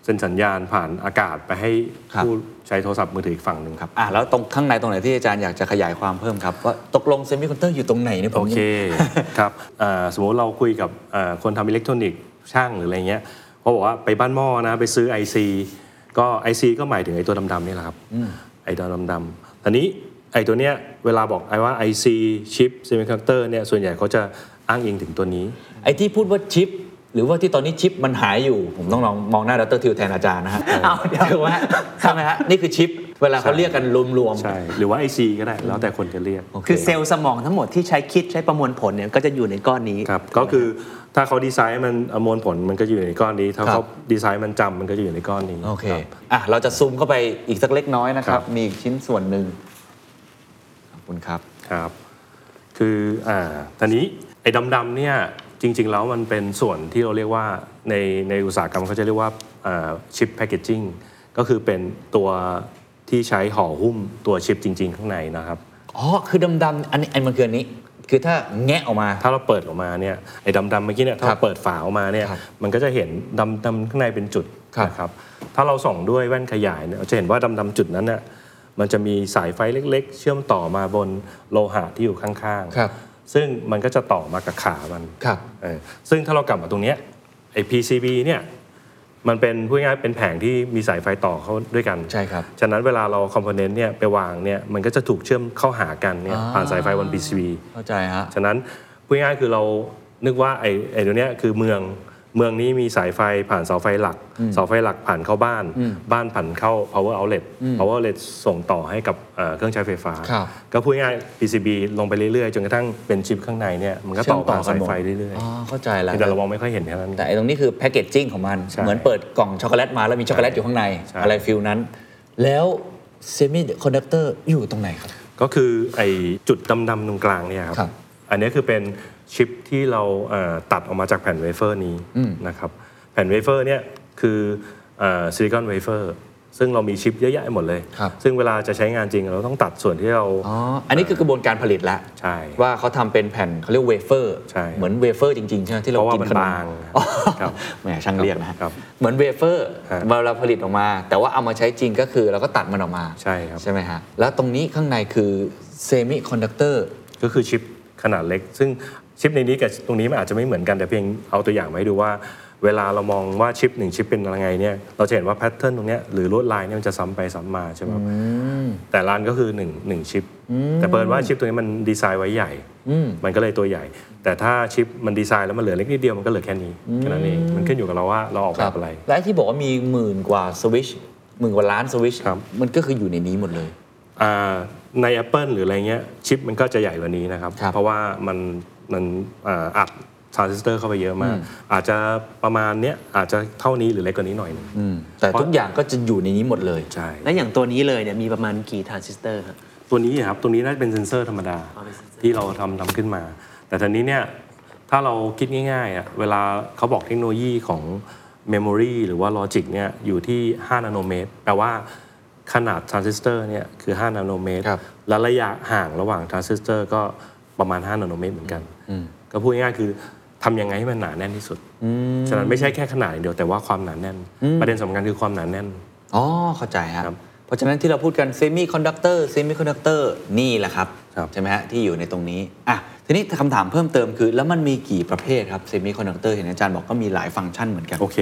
Speaker 3: เป็นสัญญาณผ่านอากาศไปให้
Speaker 4: ครับ
Speaker 3: ผู้ใช้โทรศัพท์มือถืออีกฝั่งหนึ่งครับ
Speaker 4: อ่ะแล้วตรงข้างในตรงไหนที่อาจารย์อยากจะขยายความเพิ่มครับว่าตกลงเซมิคอนดักเตอร์อยู่ตรงไหนเนี่ยผ
Speaker 3: โอ
Speaker 4: ม
Speaker 3: เค ครับเอ่อสมมติเราคุยกับเอ่อคนทำอิเล็กทรอนิกส์ช่างหรืออะไรเงี้ยเขาบอกว่าไปบ้านหม้อนะ ไปซื้อ IC ก็ IC ก็หมายถึงไอ้ตัวดำๆนี่แหละครับไอ้ตัวดำๆตอนนี้ไอ้ตัวเนี้ยเวลาบอกไอ้ว่า IC ชิปเซมิคอนดักเตอร์เนี่ยส่วนใหญ่เขาจะอ้างอิงถึงตัวนี้
Speaker 1: ไอ้ที่พูดว่าชิป หรือว่าที่ตอนนี้ชิปมันหายอยู่ ผมต้องลองมองหน้าดรทิวแทนอาจารย์นะฮะ
Speaker 8: เอาเดี๋ยว
Speaker 1: ถือว่า ใช่ไหมฮะนี่คือชิป เวลาเขาเรียกกันรวม
Speaker 3: ใช่ หรือว่า IC ก็ได้แล้วแต่คนจะเรียก
Speaker 8: คือเซลล์สมองทั้งหมดที่ใช้คิดใช้ประมวลผลเนี่ยก็จะอยู่ในก้อนนี้
Speaker 3: ครับ ก็คือถ้าเขาดีไซน์มันอมวลผลมันก็อยู่ในก้อนนี้ ถ้าเขาดีไซน์มันจำมันก็จะอยู่ในก้อนนี้
Speaker 4: โอเค
Speaker 3: ครับ
Speaker 4: อ่ะเราจะซูมเข้าไปอีกสักเล็กน้อยนะครั
Speaker 3: ครับ บ
Speaker 4: มีอีกชิ้นส่วนหนึ่งขอบคุณครับ
Speaker 3: ครับ คืออ่าตอนนี้ไอ้ดำๆเนี่ยจริง ๆ แล้วมันเป็นส่วนที่เราเรียกว่าในในอุตสาหกรรมเขาจะเรียกว่าชิปแพคเกจิ้งก็คือเป็นตัวที่ใช้ห่อหุ้มตัวชิปจริง ๆ ข้างในนะครับ
Speaker 4: อ๋อ คือดำๆ อันนี้อันมันคืออันนี้ คือถ้าแงะออกมา
Speaker 3: ถ้าเราเปิดออกมาเนี่ยไอ้ดำๆเมื่อกี้เนี่ยถ้า
Speaker 4: ครั
Speaker 3: เรา
Speaker 4: บ
Speaker 3: เปิดฝาออกมาเนี่ย
Speaker 4: ครับ
Speaker 3: มันก็จะเห็นดำๆข้างในเป็นจุด
Speaker 4: ครับ
Speaker 3: นะครับถ้าเราส่องด้วยแว่นขยายเนี่ยจะเห็นว่าดำๆจุดนั้นเนี่ยมันจะมีสายไฟเล็ก ๆ เชื่อมต่อมาบนโลหะที่อยู่ข้างๆ ซึ่งมันก็จะต่อมากับขามัน
Speaker 4: ครับ
Speaker 3: เออซึ่งถ้าเรากลับมาตรงเนี้ยไอ้ PCB เนี่ย มันเป็นพูดง่ายๆเป็นแผงที่มีสายไฟต่อเข้าด้วยกัน
Speaker 4: ใช่ครับ
Speaker 3: ฉะนั้นเวลาเราคอมโพเนนต์เนี่ยไปวางเนี่ย มันก็จะถูกเชื่อมเข้าหากันเนี่ย
Speaker 4: อ่า
Speaker 3: ผ่านสายไฟบน PCB
Speaker 4: เข้าใจฮะ
Speaker 3: ฉะนั้นพูดง่ายๆคือเรานึกว่าไอ้ไอ้ตัวเนี้ยคือเมืองเมืองนี้มีสายไฟผ่านเสาไฟหลัก เสาไฟหลักผ่านเข้าบ้าน บ้านผ่านเข้า power outlet power outlet ส่งต่อให้กับเอ่อเครื่องใช้ไฟฟ้า
Speaker 4: ครับ
Speaker 3: ก็พูดง่ายๆ PCB ลงไปเรื่อยๆ จนกระทั่งเป็นชิปข้างในเนี่ยมันก็ต่อผ่านสายไฟเรื่อย
Speaker 4: อ๋อ เข้าใจแล้ว
Speaker 3: ๆแต่เรามองไม่ค่อยเห็นแค่นั้น
Speaker 4: แต่ไอ้ตรงนี้คือแพคเกจจิ้งของมัน
Speaker 3: ใช่
Speaker 4: เหมือนเปิดกล่องช็อกโกแลตมาแล้วมีช็อกโกแลตอยู่ข้างใน
Speaker 3: ใช่
Speaker 4: อะไรฟิลนั้น แล้วเซมิคอนดักเตอร์อยู่ตรงไหนครับ
Speaker 3: ก็คือไอ้จุดดำๆตรงกลางเนี่ยครับ
Speaker 4: ครับ
Speaker 3: อันนี้คือเป็นชิปที่เราเอ่อตัดออกมาจากแผ่นเวเฟอร์นี้นะครับแผ่นเวเฟอร์เนี่ยคือซิลิคอนเวเฟอร์ซึ่งเรามีชิปเยอะแยะหมดเลย
Speaker 4: ครับ
Speaker 3: ซึ่งเวลาจะใช้งานจริงเราต้องตัดส่วนที่เรา
Speaker 4: อ๋อ อันนี้คือกระบวนการผลิตละ
Speaker 3: ใช่
Speaker 4: ว่าเขาทำเป็นแผ่นเขาเรียกเวเฟอร์
Speaker 3: ใช่
Speaker 4: เหมือนเวเฟอร์จริงๆ ใช่ไหมที่เรา
Speaker 3: เพราะว่า
Speaker 4: กิน
Speaker 3: มัน
Speaker 4: ขนม
Speaker 3: บาง
Speaker 4: อ๋อ
Speaker 3: ครับ
Speaker 4: แหมช่างเรียกนะฮะ
Speaker 3: ครับ
Speaker 4: เหมือนเวเฟอร์
Speaker 3: ฮะ
Speaker 4: เวลาผลิตออกมา แต่ว่าเอามาใช้จริงก็คือเราก็ตัดมันออกมา
Speaker 3: ใช่ครับ
Speaker 4: ใช่ไหมฮะ แล้วตรงนี้ข้างในคือเซมิคอนดักเตอร์
Speaker 3: ก็คือชิปขนาดเล็ก ซึ่งชิปในนี้กับตรงนี้มันอาจจะไม่เหมือนกันแต่เพียงเอาตัวอย่างมาให้ดูว่า เวลาเรามองว่าชิปหนึ่งชิปเป็นยังไงเนี่ยเราจะเห็นว่าแพทเทิร์นตรงเนี้ยหรือลวดลายเนี่ยมันจะซ้ำไปซ้ำมาใช่ไหมครับแต่ร้านก็คือหนึ่งหนึ่งชิป แต่เปิดว่าชิปตัวนี้มันดีไซน์ไว้ใหญ่ มันก็เลยตัวใหญ่ แต่ถ้าชิปมันดีไซน์แล้วมันเหลือเล็กนิดเดียวมันก็เหลือแค่นี้แค่นั้นเองมันขึ้นอยู่กับเราว่าเราออกแบบอะไร
Speaker 4: และที่บอกว่ามีหมื่นกว่าสวิชหมื่นกว่าล้านสวิช
Speaker 3: ครับ
Speaker 4: มันก็คืออยู่ในนี้หมดเลย
Speaker 3: อ่าใน Apple หรืออะไรเงี้ยชิปมันก็จะใหญ่กว่านี้นะครับ
Speaker 4: ครับ
Speaker 3: เพราะว่ามันมันอ่าอัดทรานซิสเตอร์เข้าไปเยอะมาก อาจจะประมาณเนี้ยอาจจะเท่านี้หรือเล็กกว่านี้หน่อยหนึง
Speaker 4: แต่ทุกอย่างก็จะอยู่ในนี้หมดเลย
Speaker 3: ใช่
Speaker 8: และอย่างตัวนี้เลยเนี่ยมีประมาณกี่ทรานซิสเตอร์ครับ
Speaker 3: ตัวนี้ครับตัวนี้น่าจะเป็นเซนเซอร์ธรรมดา
Speaker 8: อ๋อเป็นเซ็นเซอร์
Speaker 3: ที่เราทำทำขึ้นมา แต่ทีนี้เนี่ยถ้าเราคิดง่ายๆอ่ะเวลาเขาบอกเทคโนโลยีของ Memory หรือว่า Logic เนี่ยอยู่ที่ 5 นาโนเมตร แปลว่าขนาดทรานซิสเตอร์เนี่ยคือ 5 นาโนเมตร
Speaker 4: ครับ
Speaker 3: และระยะห่างระหว่างทรานซิสเตอร์ก็ประมาณ 5 นาโนเมตรเหมือนกัน ก็พูดง่ายๆคือทำยังไงให้มันหนาแน่นที่สุด ฉะนั้นไม่ใช่แค่ขนาดอย่างเดียวแต่ว่าความหนาแน่น ประเด็นสำคัญคือความหนาแน่น
Speaker 4: อ๋อ เข้าใจฮะ
Speaker 3: ครับ
Speaker 4: เพราะฉะนั้นที่เราพูดกันเซมิคอนดักเตอร์เซมิคอนดักเตอร์นี่แหละครับ
Speaker 3: ครับ
Speaker 4: ใช่ไหมฮะ ที่อยู่ในตรงนี้ อ่ะ ทีนี้คำถามเพิ่มเติมคือ แล้วมันมีกี่ประเภทครับเซมิคอนดักเตอร์เห็นอาจารย์บอกก็มีหลายฟังก์ชันเหมือนกัน
Speaker 3: โอเค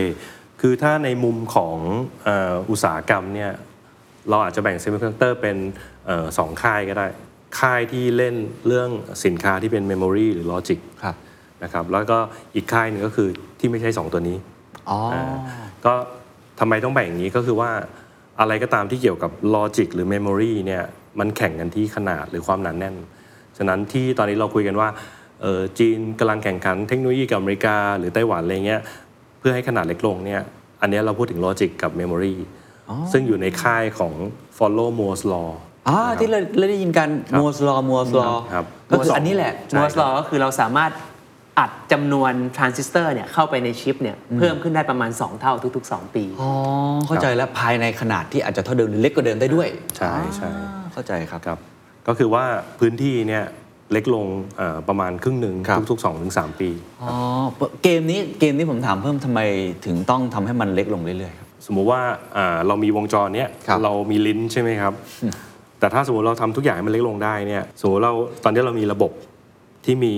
Speaker 3: คือถ้าในมุมของเอ่ออุตสาหกรรมเนี่ย เราอาจจะแบ่งเซมิคอนดักเตอร์เป็นเอ่อสองค่ายก็ได้ ค่ายที่เล่นเรื่องสินค้าที่เป็นเมมโมรีหรือลอจิก
Speaker 4: ครับ
Speaker 3: นะครับ แล้วก็อีกค่ายหนึ่งก็คือที่ไม่ใช่ 2 ตัวนี้
Speaker 4: อ๋อ
Speaker 3: ก็ทำไมต้องแบ่งอย่างนี้ก็คือว่าอะไรก็ตามที่เกี่ยวกับลอจิกหรือเมมโมรีเนี่ยมันแข่งกันที่ขนาดหรือความหนานแน่น ฉะนั้นที่ตอนนี้เราคุยกันว่าเอ่อจีนกำลังแข่งขันเทคโนโลยีกับอเมริกา หรือไต้หวันอะไรเงี้ยเพื่อให้ขนาดเล็กลงเนี่ยอันเนี้ยเราพูดถึงลอจิกกับเมมโมรีซึ่งอยู่ในค่ายของ follow Moore's law
Speaker 4: อ่าที่เราเราได้ยินกัน
Speaker 3: ครับ
Speaker 4: มัวสลอมัวสลอ
Speaker 3: ครับ
Speaker 4: ก็คืออันนี้แหละ
Speaker 3: ใช่
Speaker 8: มอสลอก็คือเราสามารถอัดจำนวนทรานซิสเตอร์เนี่ยเข้าไปในชิปเนี่ยเพิ่มขึ้นได้ประมาณ 2 เท่าทุก ๆ 2 ปี
Speaker 4: อ๋อ เข้าใจแล้วภายในขนาดที่อาจจะเท่าเดิมหรือเล็กกว่าเดิมได้ด้วย
Speaker 3: ใช่ใช่
Speaker 4: อ่าเข้าใจครับ
Speaker 3: ครับก็คือว่าพื้นที่เนี่ยเล็กลงเอ่อประมาณครึ่งหนึ่ง
Speaker 4: ครับ
Speaker 3: ทุกๆ2-3 ปี
Speaker 4: อ๋อ เกมนี้เกมนี้ผมถามเพิ่มทำไมถึงต้องทำให้มันเล็กลงเรื่อยๆครับ
Speaker 3: สมมุติว่าอ่าเรามีวงจรเนี้ย
Speaker 4: ครับ
Speaker 3: เรามีลิ้นใช่ไหมครับ แต่ถ้าสมมติเราทำทุกอย่างให้มันเล็กลงได้เนี่ยสมมติเราตอนนี้เรามีระบบที่มี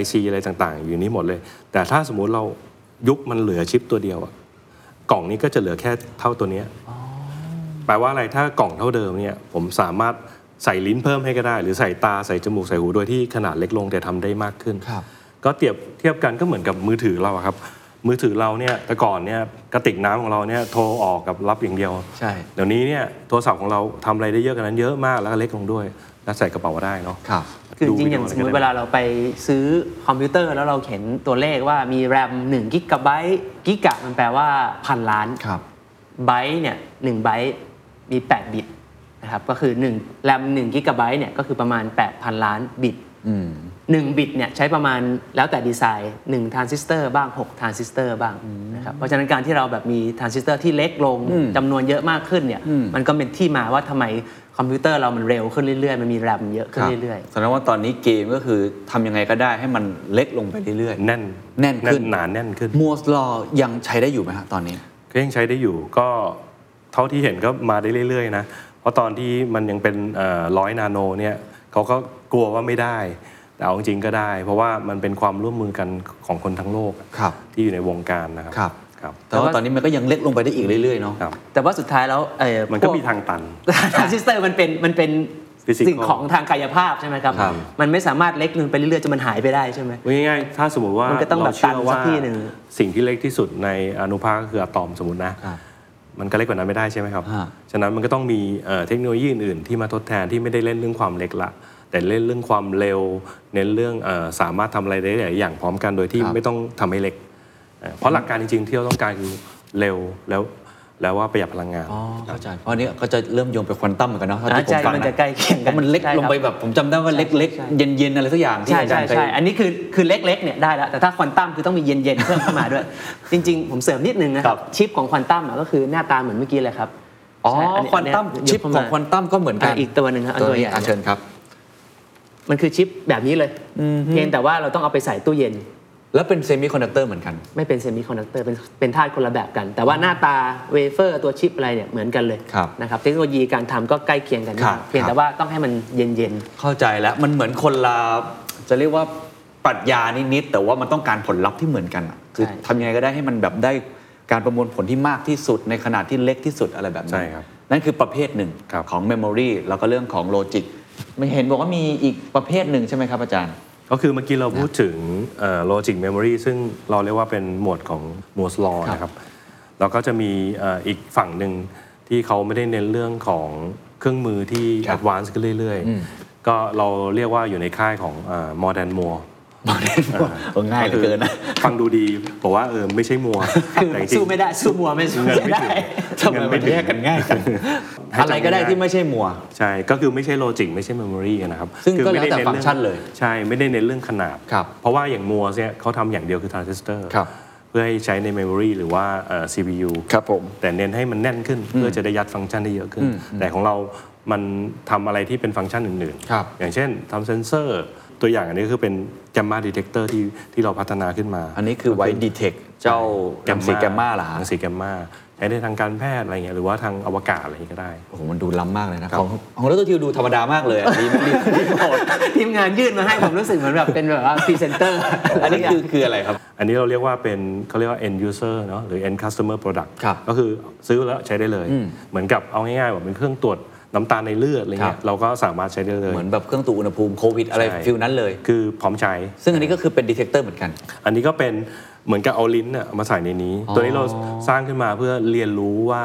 Speaker 3: IC อะไรต่างๆ อยู่นี่หมดเลย แต่ถ้าสมมุติเรายุบมันเหลือชิปตัวเดียวอะกล่องนี้ก็จะเหลือแค่เท่าตัวเนี้ยแปลว่าอะไรถ้ากล่องเท่าเดิมเนี่ยผมสามารถใส่ลิ้นเพิ่มให้ก็ได้ หรือใส่ตาใส่จมูกใส่หูโดยที่ขนาดเล็กลงแต่ทำได้มากขึ้น
Speaker 4: ครับ
Speaker 3: ก็เทียบเทียบกันก็เหมือนกับมือถือเราอะครับ มือถือเราเนี่ยแต่ก่อนเนี่ยกระติกน้ำของเราเนี่ยโทรออกกับรับอย่างเดียว
Speaker 4: ใช่
Speaker 3: เดี๋ยวนี้เนี่ยโทรศัพท์ของเราทำอะไรได้เยอะกว่านั้นเยอะมากแล้วก็เล็กลงด้วย แล้วใส่กระเป๋าได้เนาะ
Speaker 4: ครับ
Speaker 8: คือจ
Speaker 3: ดู
Speaker 8: ริง
Speaker 3: วิ
Speaker 8: ๆ
Speaker 3: ดี
Speaker 8: อ
Speaker 3: โ
Speaker 8: ย่างสมม
Speaker 3: ะ
Speaker 8: ติ
Speaker 3: ไรก็ได้
Speaker 8: เวลาเราไปซื้อคอมพิวเตอร์แล้วเราเห็นตัวเลขว่ามี RAM 1กิกะไบต์กิกะมันแปลว่าพันล้าน
Speaker 4: ครับ
Speaker 8: ไบต์เนี่ยหนึ่งไบต์มี 8 บิตนะครับก็คือ1 RAM 1กิกะไบต์เนี่ยก็คือประมาณ 8,000 ล้านบิตหนึ่งบิตเนี่ยใช้ประมาณแล้วแต่ดีไซน์1ทรานซิสเตอร์บ้าง6ทรานซิสเตอร์บ้างนะครับเพราะฉะนั้นการที่เราแบบมีทรานซิสเตอร์ที่เล็กลงจำนวนเยอะมากขึ้นเนี่ยมันก็เป็นที่มาว่าทำไมคอมพิวเตอร์เรามันเร็วขึ้นเรื่อยๆมันมี RAM เยอะขึ้นเรื่อยๆ
Speaker 4: แสดงว่าตอนนี้เกมก็คือทำยังไงก็ได้ให้มันเล็กลงไปเรื่อย
Speaker 3: แน่น
Speaker 4: แน่นขึ้น
Speaker 3: หนาแน่นขึ้น
Speaker 4: ๆมัวสลอยังใช้ได้อยู่ไหมฮะตอนนี้
Speaker 3: ก็ยังใช้ได้อยู่ก็เท่าที่เห็นก็มาได้เรื่อยๆนะเพราะตอนที่มันยังเป็นร้อยนาโนเนี่ยเขาก็กลัวว่าไม่ได้ แต่เอาจริงๆก็ได้ เพราะว่ามันเป็นความร่วมมือกันของคนทั้งโลกอะ
Speaker 4: ครับ
Speaker 3: ที่อยู่ในวงการนะครับ
Speaker 4: ครับ
Speaker 3: ครับ
Speaker 4: แต่ว่าตอนนี้มันก็ยังเล็กลงไปได้อีกเรื่อยๆเนาะ
Speaker 3: ครับ
Speaker 8: แต่ว่าสุดท้ายแล้วเอ่อ
Speaker 3: มันก็
Speaker 8: พว
Speaker 3: มีทางตัน
Speaker 8: ทรานซิสเตอร์มันเป็นมันเป็น
Speaker 3: Physical
Speaker 8: สิ่งของทางกายภาพใช่ไหมครับ
Speaker 4: ครับ
Speaker 8: มันไม่สามารถเล็กลงไปเรื่อยๆจนมันหายไปได้ใช่ไหม
Speaker 3: พูดง่ายๆ ถ้าสมมติว่าน
Speaker 8: ก็ต้องแบบ
Speaker 3: เราเชื่อ
Speaker 8: ตันสั
Speaker 3: ว่าก
Speaker 8: ที่หนึ่ง
Speaker 3: สิ่งที่เล็กที่สุดในอนุภาคก็คืออะตอมสมมตินะ
Speaker 4: ครับ
Speaker 3: มันก็เล็กกว่านั้นไม่ได้ใช่ไหมครับ
Speaker 4: ฮะ
Speaker 3: ฉะนั้นมันก็ต้องมีเอ่อเทคโนโลยีอื่นๆ ที่มาทดแทนที่ไม่ได้เล่นเรื่องความเล็กละ แต่เล่นเรื่องความเร็ว เน้นเรื่องเอ่อสามารถทำอะไรได้หลายอย่างพร้อมกันโดยที่ไม่ต้องทำให้เล็กเอ่อเพราะหลักการจริงๆที่เราต้องการคือเร็วแล้ว แล้วว่าประหยัดพลังงาน
Speaker 4: อ๋อเข้าใจเพราะอันนี้ก็จะเริ่มโยงไปควอนตัมเหมือนกันเนาะถ้าที่ผมฟัง
Speaker 8: อ่าใช่มันจะใกล้เคียง
Speaker 4: พ
Speaker 8: กัน
Speaker 4: ราะมันเล็ก
Speaker 8: ใช่ครับ
Speaker 4: ลงไปแบบผมจำได้ว่าเล็ก
Speaker 8: ใช่
Speaker 4: ๆ เย็นๆอะไรสักอย่างที่
Speaker 8: ใช่
Speaker 4: อาจาร
Speaker 8: ใช่
Speaker 4: ย์เคย
Speaker 8: ใช่อันนี้คือคือเล็กๆเนี่ยได้แล้วแต่ถ้าควอนตัมคือต้องมีเย็นๆเพิ่มเข้ามาด้วย จริง ๆ ผมเสริมนิดนึงนะค
Speaker 4: ครั
Speaker 8: รับ
Speaker 4: บ
Speaker 8: ชิปของควอนตัมอะก็คือหน้าตาเหมือนเมื่อกี้เลยครับ
Speaker 4: อ๋อ
Speaker 8: ใช่นนี้
Speaker 4: ควอนตัม
Speaker 8: นเนี้ย
Speaker 4: ชิป
Speaker 8: ยกเข้า
Speaker 4: ข
Speaker 8: มา
Speaker 4: องควอนตัมก็เหมือนกั
Speaker 8: อ่ะ
Speaker 4: น
Speaker 8: อีกตัวหนึ่งครับอันตัวใหญ่
Speaker 4: อ่ะเชิญครับ
Speaker 8: มันคือชิปแบบนี้เลยเพียงแต่ว่าเราต้องเอาไปใส่ตู้เย็น
Speaker 4: แล้วเป็นเซมิคอนดักเตอร์เหมือนกัน
Speaker 8: ไม่เป็นเซมิคอนดักเตอร์เป็นเป็นธาตุคนละแบบกัน แต่ว่าหน้าตาเวเฟอร์ตัวชิปอะไรเนี่ยเหมือนกันเลย
Speaker 4: ครับ
Speaker 8: นะครับเทคโนโลยีการทำก็ใกล้เคียงกันมา
Speaker 4: ค
Speaker 8: ก
Speaker 4: รับ
Speaker 8: เพียงแต่ว่าต้องให้มันเย็น
Speaker 4: เข้าใจแล้วมันเหมือนคนละจะเรียกว่าปรัชญานิดๆแต่ว่ามันต้องการผลลัพธ์ที่เหมือนกันอะคือ
Speaker 8: ใช่
Speaker 4: ทำยังไงก็ได้ให้มันแบบได้การประมวลผลที่มากที่สุดในขนาดที่เล็กที่สุดอะไรแบบนั้น
Speaker 3: ใช่ครับ
Speaker 4: นั่นคือประเภทหนึ่ง
Speaker 3: ครับ
Speaker 4: ของ Memory แล้วก็เรื่องของโลจิกไม่เห็นบอกว่ามีอีกประเภทหนึ่งใช่ไหมครับอาจารย์
Speaker 3: ก็คือเมื่อกี้เราพูดถึงโลจิกเมมโมรีซึ่งเราเรียกว่าเป็นหมวดของมัวสลอนะครับ แล้วก็จะมีเอ่ออีกฝั่งหนึ่งที่เขาไม่ได้เน้นเรื่องของเครื่องมือที่
Speaker 4: ครั
Speaker 3: แอบ ดวานซ์ขึ้นเรื่อยๆ ก็เราเรียกว่าอยู่ในค่ายของมอร์แดนมัว
Speaker 4: เออง่ายเหลือเกินนะ
Speaker 3: ฟังดูดีบอกว่าเออไม่ใช่มัว
Speaker 8: ๆ
Speaker 3: แต่จ
Speaker 8: คือ
Speaker 3: ริ
Speaker 8: สู้
Speaker 3: ง
Speaker 8: ไม่ได้สู้มัวไม่สู้
Speaker 3: เงินไม่
Speaker 8: ได้
Speaker 3: ถึง
Speaker 4: ทำไมมันแยกกันง่ายจัง
Speaker 3: ให้จำ
Speaker 4: อะไรก็ได้
Speaker 3: ง่ายๆ
Speaker 4: ที่ไม่ใช่มัว
Speaker 3: ใช่ก็คือไม่ใช่โลจิกไม่ใช่เมมโมรีนะครับ
Speaker 4: ซึ่งก็
Speaker 3: คือไม่ได้
Speaker 4: แล้วแต่
Speaker 3: เน้น
Speaker 4: ฟังก์ชันเลย
Speaker 3: ใช่ไม่ได้เน้นเรื่องขนาด
Speaker 4: ครับ
Speaker 3: เพราะว่าอย่างมัวเนี่ยเขาทำอย่างเดียวคือทรานซิสเตอร์
Speaker 4: ครับ
Speaker 3: เพื่อให้ใช้ในเมมโมรีหรือว่าเอ่อ CPU
Speaker 4: ครับผม
Speaker 3: แต่เน้นให้มันแน่นขึ้น เพื่อจะได้ยัดฟังก์ชันได้เยอะขึ้น แต่ของเรามันทำอะไรที่เป็นฟังก์ชันอื่น
Speaker 4: ครับ
Speaker 3: ๆ อย่างเช่นทำเซนเซอร์ ตัวอย่างอันนี้คือเป็นแกมมาดีเทคเตอร์ที่ที่เราพัฒนาขึ้นมา
Speaker 4: อันนี้คือไวดีเทคเจ้าแกมสีแกมมาเหรอฮะ
Speaker 3: รังสีแกมมาใช้ในทางการแพทย์อะไรเงี้ยหรือว่าทางอวกาศอะไรอย่างเงี้ยก็ได้
Speaker 4: โอ้โหมันดูล้ำมากเลยนะของของรัตทิวดูธรรมดามากเลยอะ ดีดีดีหมด
Speaker 8: ทีมงานยื่นมาให้ผมรู้สึกเหมือนแบบเป็นแบบว่าพรีเซนเตอร์
Speaker 4: อันนี้คือคืออะไรครับ
Speaker 3: อันนี้เราเรียกว่าเป็นเขาเรียกว่า end user เนอะหรือ end customer product
Speaker 4: ครับ
Speaker 3: ก็คือซื้อแล้วใช้ได้เลย
Speaker 4: อืม
Speaker 3: เหมือนกับเอาง่ายๆแบบเป็นเครื่องตรวจน้ำตาลในเลือดอะไร
Speaker 4: ครั
Speaker 3: เงี้
Speaker 4: บ
Speaker 3: ยเราก็สามารถใช้ได้เลย
Speaker 4: เหมือนแบบเครื่องตรวจอุณหภูมิโควิดอะไร
Speaker 3: ใช่
Speaker 4: ฟิลนั้นเลย
Speaker 3: คือพร้อมใช้
Speaker 4: ซึ่งอันนี้ก็คือเป็นดีเทคเตอร์เหมือนกัน
Speaker 3: อันนี้ก็เป็นเหมือนกับเอาลิ้นน่ะมาใส่ในนี้
Speaker 4: อ๋อ
Speaker 3: ตัวนี้เราสร้างขึ้นมาเพื่อเรียนรู้ว่า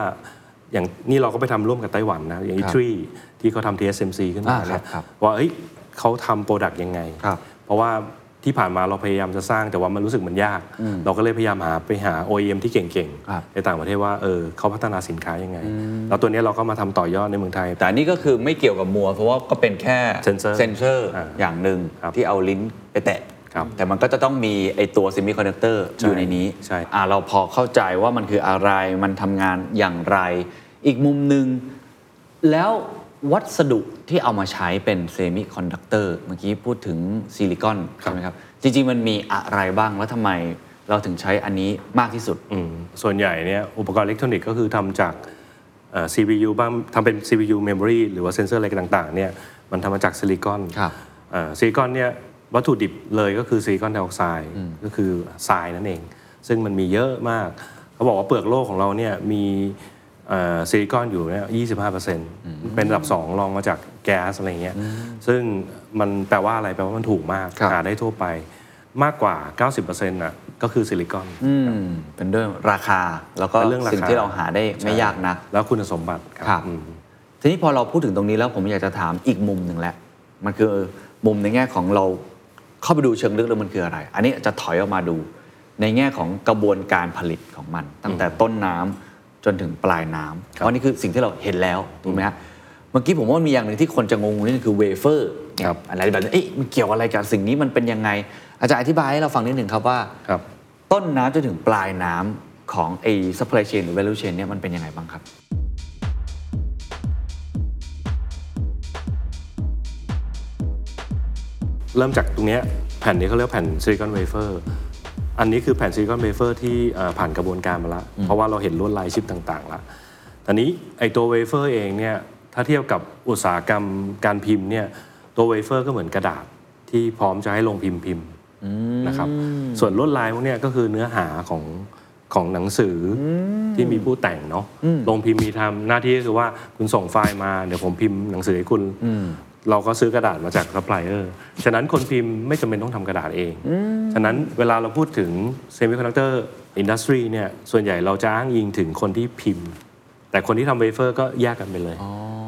Speaker 3: อย่างนี่เราก็ไปทำร่วมกับไต้หวันนะอย่างอี
Speaker 4: ครับ
Speaker 3: ทรีที่เขาทำ TSMC ขึ้นมา
Speaker 4: อ่าครับ
Speaker 3: เนี่ย
Speaker 4: ครับ
Speaker 3: ว่าเฮ้ยเขาทำโปรดักต์ยังไง
Speaker 4: ครับ
Speaker 3: เพราะว่าที่ผ่านมาเราพยายามจะสร้างแต่ว่ามันรู้สึกมันยาก เราก็เลยพยายามหาไปหา OEM ที่เก่ง
Speaker 4: ครับ
Speaker 3: ๆ ในต่างประเทศว่าเออเขาพัฒนาสินค้ายังไง แล้วตัวนี้เราก็มาทำต่อยอดในเมืองไทย
Speaker 4: แต่อันนี้ก็คือไม่เกี่ยวกับมัว เพราะว่าก็เป็นแค่
Speaker 3: เซ็นเซอร์
Speaker 4: เซอร์
Speaker 3: อ่า
Speaker 4: อย่างหนึ่ง
Speaker 3: ครับ
Speaker 4: ที่เอาลิ้นไปแตะ
Speaker 3: ครับ
Speaker 4: แต่มันก็จะต้องมีไอตัวซ e มิคอนดักเตอร์
Speaker 3: ใช่
Speaker 4: อยู่ในนี้
Speaker 3: ใช่
Speaker 4: อ่าเราพอเข้าใจว่ามันคืออะไรมันทำงานอย่างไร อีกมุมหนึ่งแล้ววัสดุที่เอามาใช้เป็นเซมิคอนดักเตอร์เมื่อกี้พูดถึงซิลิคอนใช่ไหมครับ จริง ๆ มันมีอะไรบ้างแล้วทำไมเราถึงใช้อันนี้มากที่สุด
Speaker 3: อืมส่วนใหญ่เนี่ยอุปกรณ์อิเล็กทรอนิกส์ก็คือทำจากเอ่อ CPU บ้างทำเป็น CPU memory หรือว่าเซนเซอร์อะไรต่างๆเนี่ยมันทำมาจากซิลิคอน
Speaker 4: ครับ
Speaker 3: เอ่อซิลิคอนเนี่ยวัตถุดิบเลยก็คือซิลิคอนไดออกไซด์ก็คือทรายนั่นเอง ซึ่งมันมีเยอะมาก เขาบอกว่าเปลือกโลกของเราเนี่ยมีเอ่อซิลิคอนอยู่เนี่ย25%เป็นระดับ 2 รองมาจากแก๊สอะไรเงี้ยซึ่งมันแปลว่าอะไรแปลว่ามันถูกมาก
Speaker 4: ครับ
Speaker 3: หาได้ทั่วไปมากกว่า 90%อ่ะก็คือซิลิคอน
Speaker 4: อืมเป็นเรื่องราคาแล้วก็
Speaker 3: เป็นเรื่องราคา
Speaker 4: สิ่งที่เราหาได้ไม่ยากนัก
Speaker 3: แล้วคุณสมบัติครั
Speaker 4: ครับ
Speaker 3: อืม
Speaker 4: ทีนี้พอเราพูดถึงตรงนี้แล้วผมอยากจะถามอีกมุมหนึ่งแหละ มันคือมุมในแง่ของเราเข้าไปดูเชิงลึกแล้วมันคืออะไร อันนี้จะถอยออกมาดู ในแง่ของกระบวนการผลิตของมัน ตั้งแต่ต้นน้ำจนถึงปลายน้ำเพราะนี่คือสิ่งที่เราเห็นแล้วถูกไหมฮะเมื่อกี้ผมว่ามันมีอย่างหนึ่งที่คนจะงงนี่คือเวเฟอร์เนี่ย
Speaker 3: ครับ
Speaker 4: อะไรแบบนี้เอ๊ะมันเกี่ยวอะไรกับสิ่งนี้มันเป็นยังไง อาจารย์อธิบายให้เราฟังนิดหนึ่งครับว่า
Speaker 3: ครับ
Speaker 4: ต้นน้ำจนถึงปลายน้ำของไอ้ supply chain หรือ value chain เนี่ยมันเป็นยังไงบ้างครับ
Speaker 3: เริ่มจากตรงเนี้ยแผ่นนี้เขาเรียกแผ่นซิลิคอนเวเฟอร์อันนี้คือแผ่นซิลิคอนเวเฟอร์ที่เอ่อผ่านกระบวนการมาละเพราะว่าเราเห็นลวดลายชิปต่างๆละตอนนี้ไอ้ตัวเวเฟอร์เองเนี่ยถ้าเทียบกับอุตสาหกรรมการพิมพ์เนี่ยตัวเวเฟอร์ก็เหมือนกระดาษที่พร้อมจะให้ลงพิมพ์พิมพ์นะครับส่วนลวดลายพวกเนี้ยก็คือเนื้อหาของของหนังสืออที่มีผู้แต่งเนาะลงพิมพ์มีทำหน้าที่ก็คือว่าคุณส่งไฟล์มาเดี๋ยวผมพิมพ์หนังสือให้คุณ เราก็ซื้อกระดาษมาจากซัพพลายเออร์ ฉะนั้นคนพิมพ์ไม่จำเป็นต้องทำกระดาษเอง ฉะนั้นเวลาเราพูดถึงเซมิคอนดักเตอร์อินดัสทรีเนี่ย ส่วนใหญ่เราจะอ้างอิงถึงคนที่พิมพ์ แต่คนที่ทำเวเฟอร์ก็แยกกันไปเลย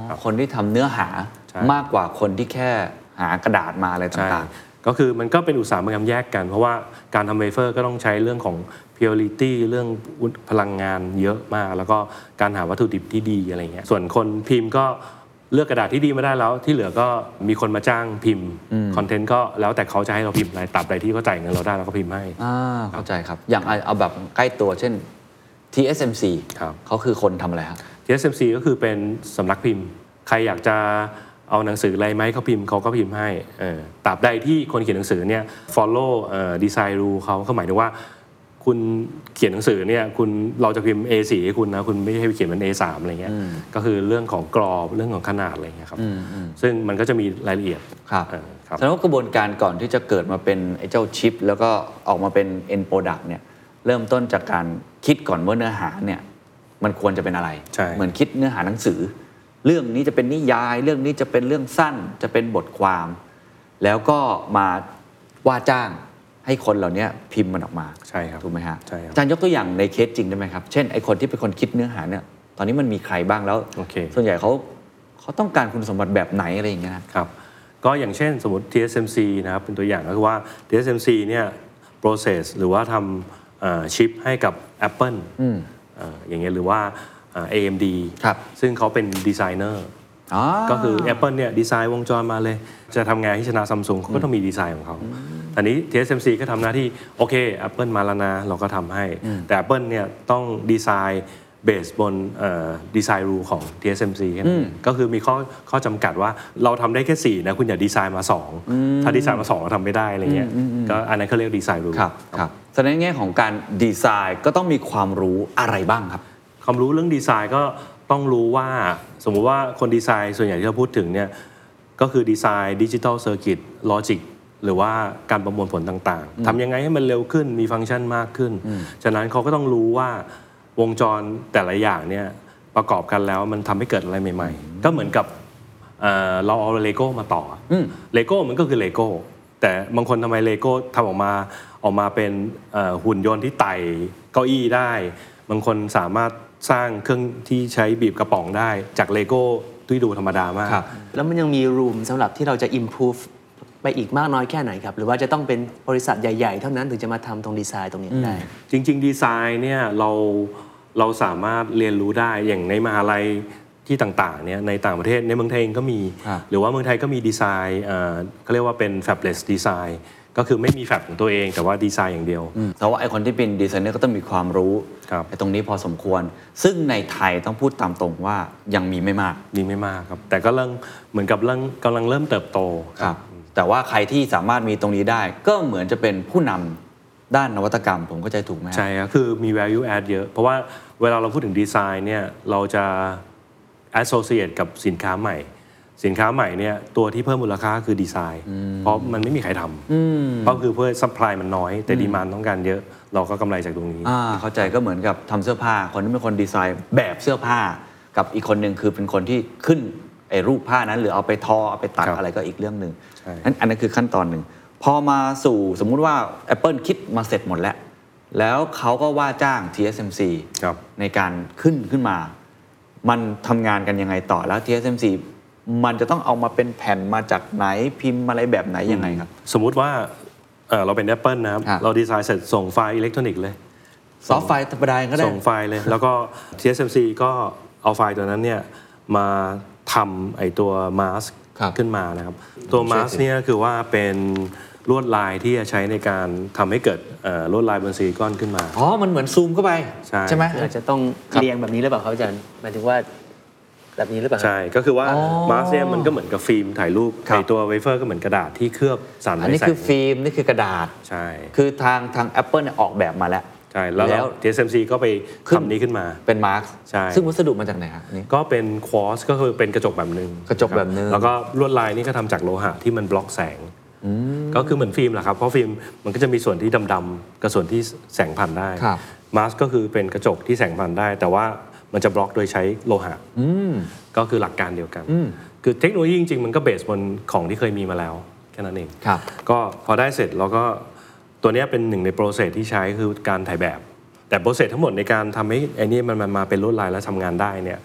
Speaker 3: ครับ
Speaker 4: คนที่ทำเนื้อหา
Speaker 3: ใช่
Speaker 4: มากกว่าคนที่แค่หากระดาษมาอะไร
Speaker 3: ใช่
Speaker 4: ต่าง
Speaker 3: ก็คือมันก็เป็นอุตสาหกรรมแยกกัน เพราะว่าการทำเวเฟอร์ก็ต้องใช้เรื่องของ purity เรื่องพลังงานเยอะมาก แล้วก็การหาวัตถุดิบที่ดีอะไรเงี้ยส่วนคนพิมพ์ก็เลือกกระดาษที่ดีมาได้แล้ว ที่เหลือก็มีคนมาจ้างพิมพ์คอนเทนต์ก็แล้วแต่เขาจะให้เราพิมพ์อะไรตับอะไรที่เขาจ่ายเงินเราได้เราก็พิมพ์ให้
Speaker 4: อ่าเข้าใจครับ อย่างเอาเอาแบบใกล้ตัวเช่น TSMC
Speaker 3: ครับ
Speaker 4: เขาคือคนทำอะไรครับ
Speaker 3: TSMC ก็คือเป็นสำนักพิมพ์ ใครอยากจะเอาหนังสืออะไรไหมเขาพิมพ์เขาก็พิมพ์ให้เออตราบใดที่คนเขียนหนังสือเนี่ย follow ดีไซน์รูเขาเขาหมายถึงว่า คุณเขียนหนังสือเนี่ยคุณเราจะพิมพ์ A4 ให้คุณนะ คุณไม่ให้ไปเขียนเป็น A3 อะไรเงี้ยก็คือเรื่องของกรอบเรื่องของขนาดอะไรเงี้ยครับซึ่งมันก็จะมีรายละเอียด
Speaker 4: ครับ
Speaker 3: เออครับ
Speaker 4: แสดงว่ากระบวนการก่อนที่จะเกิดมาเป็นไอ้เจ้าชิป แล้วก็ออกมาเป็น end product เนี่ยเริ่มต้นจากการคิดก่อนว่าเนื้อหาเนี่ยมันควรจะเป็นอะไร
Speaker 3: ใช่
Speaker 4: เหมือนคิดเนื้อหาหนังสือ เรื่องนี้จะเป็นนิยาย เรื่องนี้จะเป็นเรื่องสั้น จะเป็นบทความ แล้วก็มาว่าจ้างให้คนเหล่านี้พิมพ์มันออกมา
Speaker 3: ใช่ครับ
Speaker 4: ถูกไหมฮะ
Speaker 3: ใช่ครับ
Speaker 4: อาจารย์ยกตัวอย่างในเคสจริงได้ไหมครับ เช่นไอคนที่เป็นคนคิดเนื้อหาเนี่ยตอนนี้มันมีใครบ้างแล้ว
Speaker 3: โอเค
Speaker 4: ส่วนใหญ่เขาเขาต้องการคุณสมบัติแบบไหนอะไรอย่างเงี้ยนะ
Speaker 3: ครับก็อย่างเช่นสมมติ TSMC นะครับเป็นตัวอย่างก็คือว่า TSMC เนี่ย process หรือว่าทำเอ่อชิปให้กับ Apple เอ่ออย่างเงี้ยหรือว่าเอ่อ AMD
Speaker 4: ครับ
Speaker 3: ซึ่งเขาเป็นดีไซเนอร์
Speaker 4: อ๋อ
Speaker 3: ก็คือ Apple เนี่ยดีไซน์วงจรมาเลย จะทำงานที่ชนะซัมซุงเขาก็ต้องมีดีไซน์ของเขาอันนี้ TSMC ก็ทำหน้าที่ โอเค Apple มาแล้วนะเราก็ทำให้ แต่ Apple เนี่ยต้องดีไซน์เบสบนดีไซน์รูของ TSMC แค่นั้นเองก็คือมีข้อข้อจำกัดว่าเราทำได้แค่4นะคุณอย่าดีไซน์มา 2 ถ้าดีไซน์มา2เราทำไม่ได้อะไรเงี้ยก็อันนั้นเขาเรียกดีไซน์รู
Speaker 4: ครับครับแสดงในแง่ของการดีไซน์ก็ต้องมีความรู้อะไรบ้างครับ
Speaker 3: ความรู้เรื่องดีไซน์ก็ต้องรู้ว่าสมมุติว่าคนดีไซน์ส่วนใหญ่ที่เราพูดถึงเนี่ยก็คือดีไซน์ดิจิทัลเซอร์กิตลอจิกหรือว่าการประมวลผลต่างๆทำยังไงให้มันเร็วขึ้นมีฟังก์ชันมากขึ้น ฉะนั้นเขาก็ต้องรู้ว่าวงจรแต่ละอย่างเนี่ยประกอบกันแล้วมันทำให้เกิดอะไรใหม่ ๆ ก็เหมือนกับเอ่อเราเอาเลโก้มาต่ออเลโก้มันก็คือเลโก้ แต่บางคนทำไมเลโก้ทำออกมาออกมาเป็นเอ่อหุ่นยนต์ที่ไต่เก้าอี้ได้ บางคนสามารถสร้างเครื่องที่ใช้บีบกระป๋องได้จากเลโก้ที่ดูธรรมดามาก
Speaker 8: แล้วมันยังมี room สำหรับที่เราจะ improve ไปอีกมากน้อยแค่ไหนครับ หรือว่าจะต้องเป็นบริษัทใหญ่ ๆ เท่านั้นถึงจะมาทำตรงดีไซน์ตรงนี้ได้
Speaker 3: จริง ๆ ดีไซน์เนี่ยเราเราสามารถเรียนรู้ได้อย่างในมหาลัยที่ต่างๆเนี่ยในต่างประเทศในเมืองไทยเองก็มี
Speaker 4: ครับ
Speaker 3: หรือว่าเมืองไทยก็มีดีไซน์เอ่อเขาเรียกว่าเป็น fabless design ก็คือไม่มีแฟบของตัวเองแต่ว่าดีไซน์อย่างเดียว
Speaker 4: แต่ว่าไอคนที่เป็นดีไซเนอร์ก็ต้องมีความรู้
Speaker 3: ครับ
Speaker 4: ในตรงนี้พอสมควร ซึ่งในไทยต้องพูดตามตรงว่ายังมีไม่มาก
Speaker 3: ดีไม่มากครับ แต่ก็เริ่มเหมือนกับเริ่มกำลังเริ่มเติบโต
Speaker 4: แต่ว่าใครที่สามารถมีตรงนี้ได้ ก็เหมือนจะเป็นผู้นำด้านนวัตกรรม ผมเข้าใจถูกไหมฮะ
Speaker 3: ใช่ครับคือมี value add เยอะ เพราะว่าเวลาเราพูดถึงดีไซน์เนี่ยเราจะ associate กับสินค้าใหม่ สินค้าใหม่เนี่ยตัวที่เพิ่มมูลค่าคือดีไซน์ เพราะมันไม่มีใครทำเพราะคือเพื่อ supply มันน้อย แต่ดีมานต้องการเยอะ เราก็กำไรจากตรงนี้
Speaker 4: อ่าเข้าใจก็เหมือนกับทำเสื้อผ้า คนที่เป็นคนดีไซน์แบบเสื้อผ้า กับอีกคนหนึ่งคือเป็นคนที่ขึ้นไอ้รูปผ้านั้น หรือเอาไปทอเอาไปตัด
Speaker 3: ครับ
Speaker 4: อะไรก็อีกเรื่องหนึ่ง
Speaker 3: ใช่
Speaker 4: นั้นอันนั้นคือขั้นตอนหนึ่ง พอมาสู่สมมุติว่า Apple คิดมาเสร็จหมดแล้ว แล้วเขาก็ว่าจ้าง TSMC
Speaker 3: ครับ
Speaker 4: ในการขึ้นขึ้นมา มันทำงานกันยังไงต่อแล้ว TSMC มันจะต้องเอามาเป็นแผ่นมาจากไหนพิมพ์อะไรแบบไหนยังไงครับ
Speaker 3: สมมุติว่าเอ่อเราเป็น Apple นะครับ
Speaker 4: ครับ
Speaker 3: เราดีไซน์เสร็จส่งไฟล์อิเล็กทรอนิกส์เลย
Speaker 4: ซอฟต์ไฟล์ธรรมดาก็ได้
Speaker 3: ส่งไฟล์เลย แล้วก็ TSMC ก็เอาไฟล์ตัวนั้นเนี่ยมาทำไอตัวมาส
Speaker 4: ครับ
Speaker 3: ขึ้นมานะครับ ตัวมาสเนี่ยคือว่าเป็นลวดลายที่จะใช้ในการทำให้เกิดเอ่อลวดลายบนซิลิคอนขึ้นมา
Speaker 4: อ๋อมันเหมือนซูมเข้าไป
Speaker 3: ใช่
Speaker 4: ไหม
Speaker 8: คืออาจจะต้องเรียงแบบนี้หรือเปล่าครับอาจารย์หมายถึงว่าแบบนี้หรือเปล่าครับ
Speaker 3: ใช่ ก็คือว่า
Speaker 4: อ๋อ
Speaker 3: มาสเนี่ยมันก็เหมือนกับฟิล์มถ่ายรูป
Speaker 4: ครับ
Speaker 3: ไอตัวเวเฟอร์ก็เหมือนกระดาษที่เคลือบสาร
Speaker 4: อันนี้
Speaker 3: ไว้แส
Speaker 4: คือ
Speaker 3: ง
Speaker 4: ฟิล์ม นี่คือกระดาษ
Speaker 3: ใช่
Speaker 4: คือทางทาง Apple เนี่ยออกแบบมาแล้ว
Speaker 3: ใช่แล้ว
Speaker 4: แล้
Speaker 3: เรา
Speaker 4: ว
Speaker 3: TSMC ก็ไป
Speaker 4: ขึ้น
Speaker 3: ทำนี้ขึ้นมา
Speaker 4: เป็นมาร์ก
Speaker 3: ใช่
Speaker 4: ซึ่งวัสดุมาจากไหนครับนี่
Speaker 3: ก็เป็นควอ z ก็คือเป็นกระจกแบบหนึ่ง
Speaker 4: กระจกแบบหนึ่ง
Speaker 3: แล้วก็ลวดลายนี่ก็ทำจากโลหะที่มันบล็อกแสง ก็คือเหมือนฟิล์มแหละครับ เพราะฟิล์มมันก็จะมีส่วนที่ดำๆกับส่วนที่แสงผ่านได้
Speaker 4: ครับ
Speaker 3: มาสก์ก็คือเป็นกระจกที่แสงผ่านได้ แต่ว่ามันจะบล็อกโดยใช้โลหะก็คือหลักการเดียวกัน คือเทคโนโลยีจริงๆ มันก็เบสบนของที่เคยมีมาแล้ว แค่นั้นเอง
Speaker 4: ครับ
Speaker 3: ก็พอได้เสร็จเราก็ตัวเนี้ยเป็นหนึ่งในโปรเซสที่ใช้คือการถ่ายแบบ แต่โปรเซสทั้งหมดในการทำให้ไอ้นี่มันมันมาเป็นลวดลายและทำงานได้เนี่ย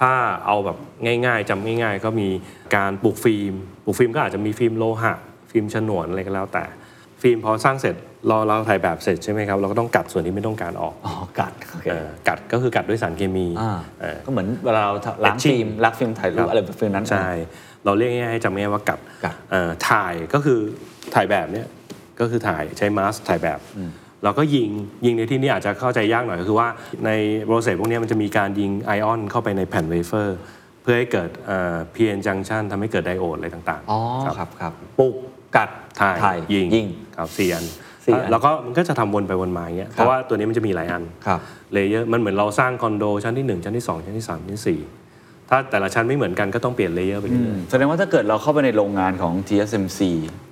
Speaker 3: ถ้าเอาแบบง่ายๆจำง่าย ๆ ก็มีการปลูกฟิล์มปลูกฟิล์มก็อาจจะมีฟิล์มโลหะ ฟิล์มฉนวนอะไรก็แล้วแต่ ฟิล์มพอสร้างเสร็จ เราเราถ่ายแบบเสร็จใช่ไหมครับเราก็ต้องกัดส่วนที่ไม่ต้องการออก
Speaker 4: อ๋อกัดโอเค
Speaker 3: เอ่อกัดก็คือกัดด้วยสารเคมี
Speaker 4: อ่า
Speaker 3: เอ่อ
Speaker 4: ก็เหมือนเวลาเราล้างฟิล์มล้างฟิล์มถ่ายรูปอะไรแบบฟิล์มนั้น
Speaker 3: ใช่ เราเรียกง่ายๆให้จำง่ายๆว่ากัด
Speaker 4: กัด
Speaker 3: เอ่อถ่ายก็คือถ่ายแบบเนี่ยก็คือถ่ายใช้มาสก์ถ่ายแบบแล้วก็ยิงยิงในที่นี้อาจจะเข้าใจยากหน่อยก็คือว่าในโปรเซสพวกเนี้ยมันจะมีการยิงไอออนเข้าไปในแผ่นเวเฟอร์ เพื่อให้เกิดเพียนจังชันทำให้เกิดไดโอดอะไรต่างๆ
Speaker 4: อ๋อ
Speaker 3: ครับ
Speaker 4: ครับครับปลุกกัด
Speaker 3: ถ่าย
Speaker 4: ถ่าย
Speaker 3: ยิง
Speaker 4: ยิง
Speaker 3: ครับสี่อัน
Speaker 4: สี่อัน
Speaker 3: แล้วก็มันก็จะทำวนไปวนมาอย่างเงี้ย
Speaker 4: ครับ
Speaker 3: เพราะว่าตัวนี้มันจะมีหลายอัน
Speaker 4: ครับ
Speaker 3: เลเยอร์มันเหมือนเราสร้างคอนโดชั้นที่หนึ่งชั้นที่สองชั้นที่สามชั้นที่สี่ถ้าแต่ละชั้นไม่เหมือนกันก็ต้องเปลี่ยนเลเยอร์ไปเรื่อยๆ
Speaker 4: แสดงว่าถ้าเกิดเราเข้าไปในโรงงานของ TSMC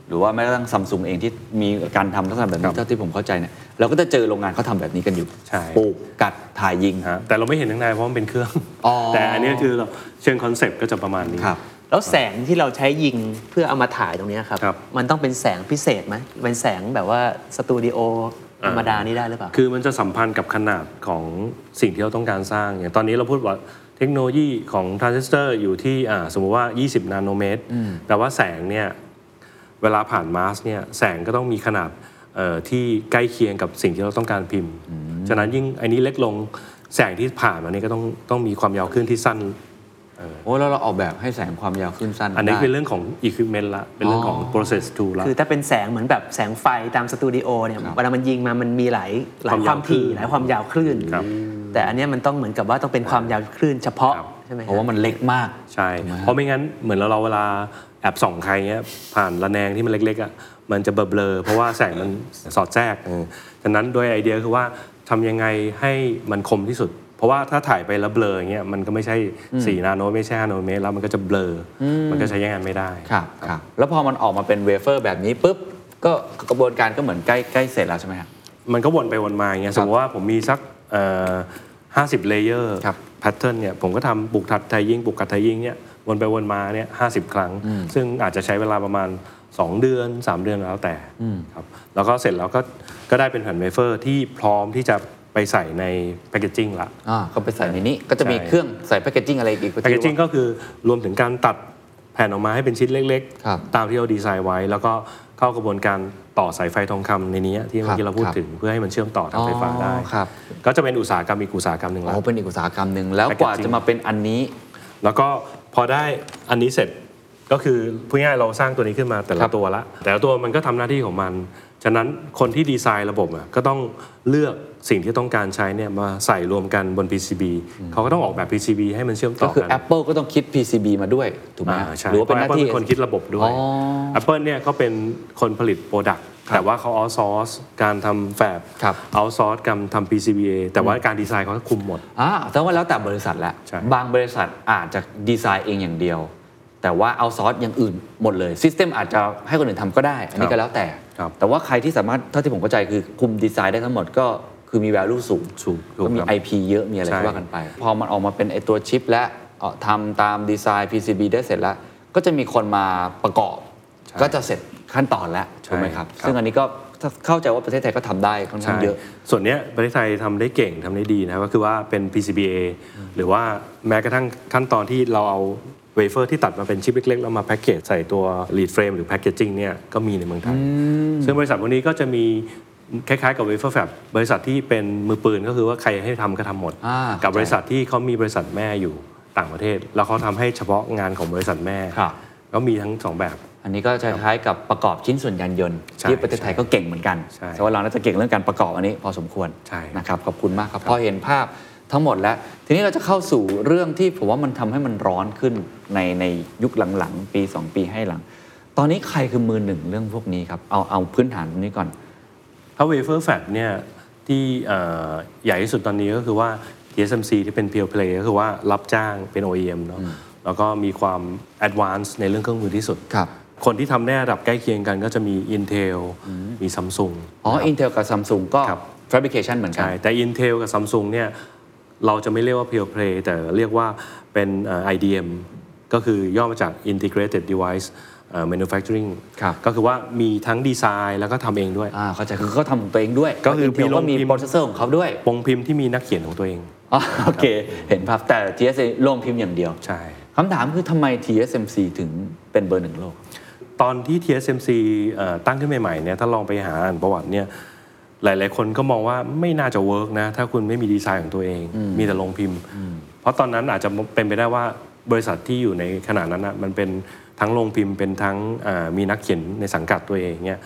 Speaker 4: หรือว่าแม้กระทั่งซัมซุงเองที่มีการทำลักษณะแบบ
Speaker 3: ครั
Speaker 4: นี้
Speaker 3: บ
Speaker 4: เท่าที่ผมเข้าใจเนี่ยเราก็จะเจอโรงงานเขาทำแบบนี้กันอยู่
Speaker 3: ใช่
Speaker 4: ปลูกกัดถ่ายยิง
Speaker 3: ฮะแต่เราไม่เห็นข้างในเพราะมันเป็นเครื่อง
Speaker 4: อ๋อ
Speaker 3: แต่อันนี้คือเราเชิงคอนเซปต์ก็จะประมาณนี้
Speaker 4: ครับ
Speaker 8: แล้วแสงที่เราใช้ยิงเพื่อเอามาถ่ายตรงเนี้ยครับ
Speaker 3: ครับ
Speaker 8: มันต้องเป็นแสงพิเศษไหมเป็นแสงแบบว่าสตูดิโอธรรมดานี่ได้หรือเปล่า
Speaker 3: คือมันจะสัมพันธ์กับขนาดของสิ่งที่เราต้องการสร้าง อย่างตอนนี้เราพูดว่าเทคโนโลยีของทรานซิสเตอร์อยู่ที่อ่าสมมติว่า 20 นาโนเมตร แต่ว่าแสงเนี่ย เวลาผ่านมาสก์เนี่ยแสงก็ต้องมีขนาดเอ่อที่ใกล้เคียงกับสิ่งที่เราต้องการพิมพ์ ฉะนั้นยิ่งอันนี้เล็กลงแสงที่ผ่านมาเนี่ยก็ต้องต้องมีความยาวขึ้นที่สั้น
Speaker 4: โอ้แล้วเราออกแบบให้แสงความยาวขึ้นสั้น
Speaker 3: อันนี้
Speaker 4: ได้
Speaker 3: เป็นเรื่องของ equipment ละเป็นเรื่องของ process tool ละ
Speaker 8: คือถ้าเป็นแสงเหมือนแบบแสงไฟตามสตูดิโอเนี่ยเวลามันยิงมามันมีหลายหลาย
Speaker 3: ความ
Speaker 8: ค
Speaker 3: ยาว
Speaker 8: วามถี่
Speaker 3: คลื่น
Speaker 8: หลายความยาวคลื่น
Speaker 3: ครับ
Speaker 8: แต่อันเนี้ยมันต้องเหมือนกับว่าต้องเป็นความยาวคลื่นเฉพาะ
Speaker 3: ครับ
Speaker 8: ใช่ไหม
Speaker 4: เพราะว่ามันเล็กมาก
Speaker 3: ใช่ เพราะไม่งั้นเหมือนเราเราเวลาแอบส่องใครเงี้ยผ่านระแนงที่มันเล็กๆอ่ะมันจะเบลอๆเพราะว่าแสงมันสอดแทรกเออฉะนั้นโดยไอเดียคือว่าทำยังไงให้มันคมที่สุด เพราะว่าถ้าถ่ายไปแล้วเบลออย่างเงี้ยมันก็ไม่ใช่ 4 นาโนไม่ใช่5นาโนเมตรแล้วมันก็จะเบลออมันก็ใช้งานไม่ได้
Speaker 4: ครับครับ แล้วพอมันออกมาเป็นเวเฟอร์แบบนี้ปุ๊บ ก็กระบวนการก็เหมือนใกล้ใกล้เสร็จแล้วใช่ไหมครับ
Speaker 3: มันก็วนไปวนมาอย่างเงี้ยสมมติว่าผมมีสักห้าสิบเลเยอร์
Speaker 4: ครับ
Speaker 3: แพทเทิร์นเนี่ยผมก็ทำบุกทัดไทยยิงบุกกัดไทยยิงเนี่ยวนไปวนมาเนี่ยห้าสิบครั้ง ซึ่งอาจจะใช้เวลาประมาณ 2 เดือน 3 เดือนแล้วแต่ครับแล้วก็เสร็จแล้วก็ก็ได้เป็นแผ่นเวเฟอร์ที่พร้อมที่จะไปใส่ในแพคเกจจิ้งละ
Speaker 4: อ่าก็ไปใส่ในนี้ก็จะมี
Speaker 3: ใช่
Speaker 4: เครื่องใส่แพคเกจจิ้งอะไรอีก
Speaker 3: แพคเกจจิ้ง
Speaker 4: ก็
Speaker 3: ก็คือรวมถึงการตัดแผ่นออกมาให้เป็นชิ้นเล็ก
Speaker 4: ครับ
Speaker 3: ๆ ตามที่เราดีไซน์ไว้ แล้วก็เข้ากระบวนการต่อสายไฟทองคำในนี้ที่เมื่อกี้เราพูดถึงเพื่อให้มันเชื่อมต่อทางไฟฟ้าได้
Speaker 4: ครับ
Speaker 3: ก็จะเป็นอุตสาหกรรมอีกอุตสาหกรรมหนึ่ง
Speaker 4: อ๋
Speaker 3: ละ
Speaker 4: อเป็นอีกอุตสาหกรรมหนึ่งแล้วกว่าจะมาเป็นอันนี้
Speaker 3: แล้วก็พอได้อันนี้เสร็จก็คือพูดง่ายๆเราสร้างตัวนี้ขึ้นมาแต่
Speaker 4: ครั
Speaker 3: ละ
Speaker 4: บ
Speaker 3: ตัวละ แต่ละตัวมันก็ทำหน้าที่ของมัน ฉะนั้นคนที่ดีไซน์ระบบอ่ะก็ต้องเลือกสิ่งที่ต้องการใช้เนี่ยมาใส่รวมกันบน PCB เขาก็ต้องออกแบบ PCB ให้มันเชื่อมต่
Speaker 4: ก็
Speaker 3: อ
Speaker 4: คือ
Speaker 3: กัน
Speaker 4: Apple ก็ต้องคิด PCB มาด้วย ถูกไหม
Speaker 3: อ่าใช่
Speaker 4: หรือว่าเป็นหน้าที่
Speaker 3: พะ Apple เป็นคนคิดระบบด้วย
Speaker 4: อ๋อ
Speaker 3: Apple เนี่ยเขาเป็นคนผลิตโปรดักต์แต่ว่าเขาเอาซอร์สการทำแฟบ
Speaker 4: ครับ
Speaker 3: เอาซอร์สการทำ PCBA แต่ว่าการดีไซน์เขาก็คุมหมด
Speaker 4: อ่าแต่ว่าแล้วแต่บริษัทแหละ
Speaker 3: ใช่
Speaker 4: บางบริษัทอาจจะดีไซน์เองอย่างเดียว แต่ว่าเอาซอสอย่างอื่นหมดเลยซิสเต็มอาจจะให้คนอื่นทำก็ได้ อันนี้ก็แล้วแต่
Speaker 3: ครับ
Speaker 4: แต่ว่าใครที่สามารถเท่าที่ผมเข้าใจคือคุมดีไซน์ได้ทั้งหมดก็คือมี value สูง
Speaker 3: ถูกถู
Speaker 4: ก็มี
Speaker 3: ครับ
Speaker 4: IP เยอะ มีอะไร
Speaker 3: ใช่
Speaker 4: ก็ว่ากันไป พอมันออกมาเป็นไอตัวชิปและเอ่อทำตามดีไซน์ PCB ได้เสร็จแล้ว ก็จะมีคนมาประกอบ ก็จะเสร็จขั้นตอนแล้วถูกไหมครับ ซึ่งอันนี้ก็เข้าใจว่าประเทศไทยก็ทำได้ค่อนข้างเยอะ
Speaker 3: ส่วนเนี้ยประเทศไทยทำได้เก่งทำได้ดีนะก็คือว่าเป็น PCBA หรือว่าแม้กระทั่งขั้นตอนที่เราเอาเวเฟอร์ที่ตัดมาเป็นชิปเล็กๆ แล้วมาแพ็กเกจใส่ตัว lead frame หรือ packaging เนี่ยก็มีในเมืองไทย ซึ่งบริษัทพวกนี้ก็จะมีคล้ายๆกับเวเฟอร์แฟบบริษัทที่เป็นมือปืนก็คือว่าใครให้ทำก็ทำหมด
Speaker 4: อ่า
Speaker 3: กับ
Speaker 4: เข้าใจ
Speaker 3: บริษัทที่เขามีบริษัทแม่อยู่ต่างประเทศ แล้วเขาทำให้เฉพาะงานของบริษัทแม่
Speaker 4: ครับ
Speaker 3: ก็มีทั้งสองแบบ
Speaker 4: อันนี้ก็จะคล้ายกับประกอบชิ้นส่วนยานยนต์
Speaker 3: ใช่
Speaker 4: ที่ประเทศไทยก็เก่งเหมือนกัน
Speaker 3: ใช่
Speaker 4: แต่ว่าเราน่าจะเก่งเรื่องการประกอบอันนี้พอสมควร
Speaker 3: ใช่
Speaker 4: นะครับขอบคุณมากครับพอเห็นภาพทั้งหมดแล้ว ทีนี้เราจะเข้าสู่เรื่องที่ผมว่ามันทำให้มันร้อนขึ้นในในยุคหลังๆ ปี 2 ปีให้หลัง ตอนนี้ใครคือมือหนึ่งเรื่องพวกนี้ครับเอาเอาพื้นฐานตรงนี้ก่อน
Speaker 3: ถ้าเวเฟอร์แฟบเนี่ยที่เอ่อใหญ่ที่สุดตอนนี้ก็คือว่า TSMC ที่เป็น Pure Play ก็คือว่ารับจ้างเป็น OEM เนาะแล้วก็มีความ Advanced ในเรื่องเครื่องมือที่สุด
Speaker 4: ครับ
Speaker 3: คนที่ทำได้ระดับใกล้เคียงกันก็จะมี Intel มี Samsung
Speaker 4: อ๋อ
Speaker 3: นะครับ
Speaker 4: Intel กับ Samsung ก็
Speaker 3: ครับ
Speaker 4: fabrication เหมือนกัน
Speaker 3: ใช่ แต่ Intel กับ Samsung เนี่ยเราจะไม่เรียกว่า Pure Play แต่เรียกว่าเป็นเอ่อ IDM ก็คือย่อมาจาก Integrated Device เอ่อ Manufacturing
Speaker 4: ครับ
Speaker 3: ก็คือว่ามีทั้งดีไซน์แล้วก็ทำเองด้วย
Speaker 4: อ่าเข้าใจคือเขาทำของตัวเองด้วย
Speaker 3: ก็คือ
Speaker 4: แล้ว Intel ก็มี
Speaker 3: มีโรงพิมพ์
Speaker 4: โปรเซสเซอร์ของเขาด้วย
Speaker 3: ปงพิมพ์ที่มีนักเขียนของตัวเอง
Speaker 4: อ๋อโอเค เห็นภาพแต่ TSMC โรงพิมพ์อย่างเดียว
Speaker 3: ใช่
Speaker 4: คำถามคือทำไม TSMC ถึงเป็นเบอร์หนึ่งโลก
Speaker 3: ตอนที่ TSMC เอ่อตั้งขึ้นใหม่ๆเนี่ยถ้าลองไปหาอ่านประวัติเนี่ยหลายๆ คนก็มองว่าไม่น่าจะเวิร์กนะ ถ้าคุณไม่มีดีไซน์ของตัวเอง มีแต่ลงพิมพ์ เพราะตอนนั้นอาจจะเป็นไปได้ว่าบริษัทที่อยู่ในขนาดนั้นนะมันเป็นทั้งลงพิมพ์เป็นทั้งอ่ามีนักเขียนในสังกัดตัวเองเนี่ย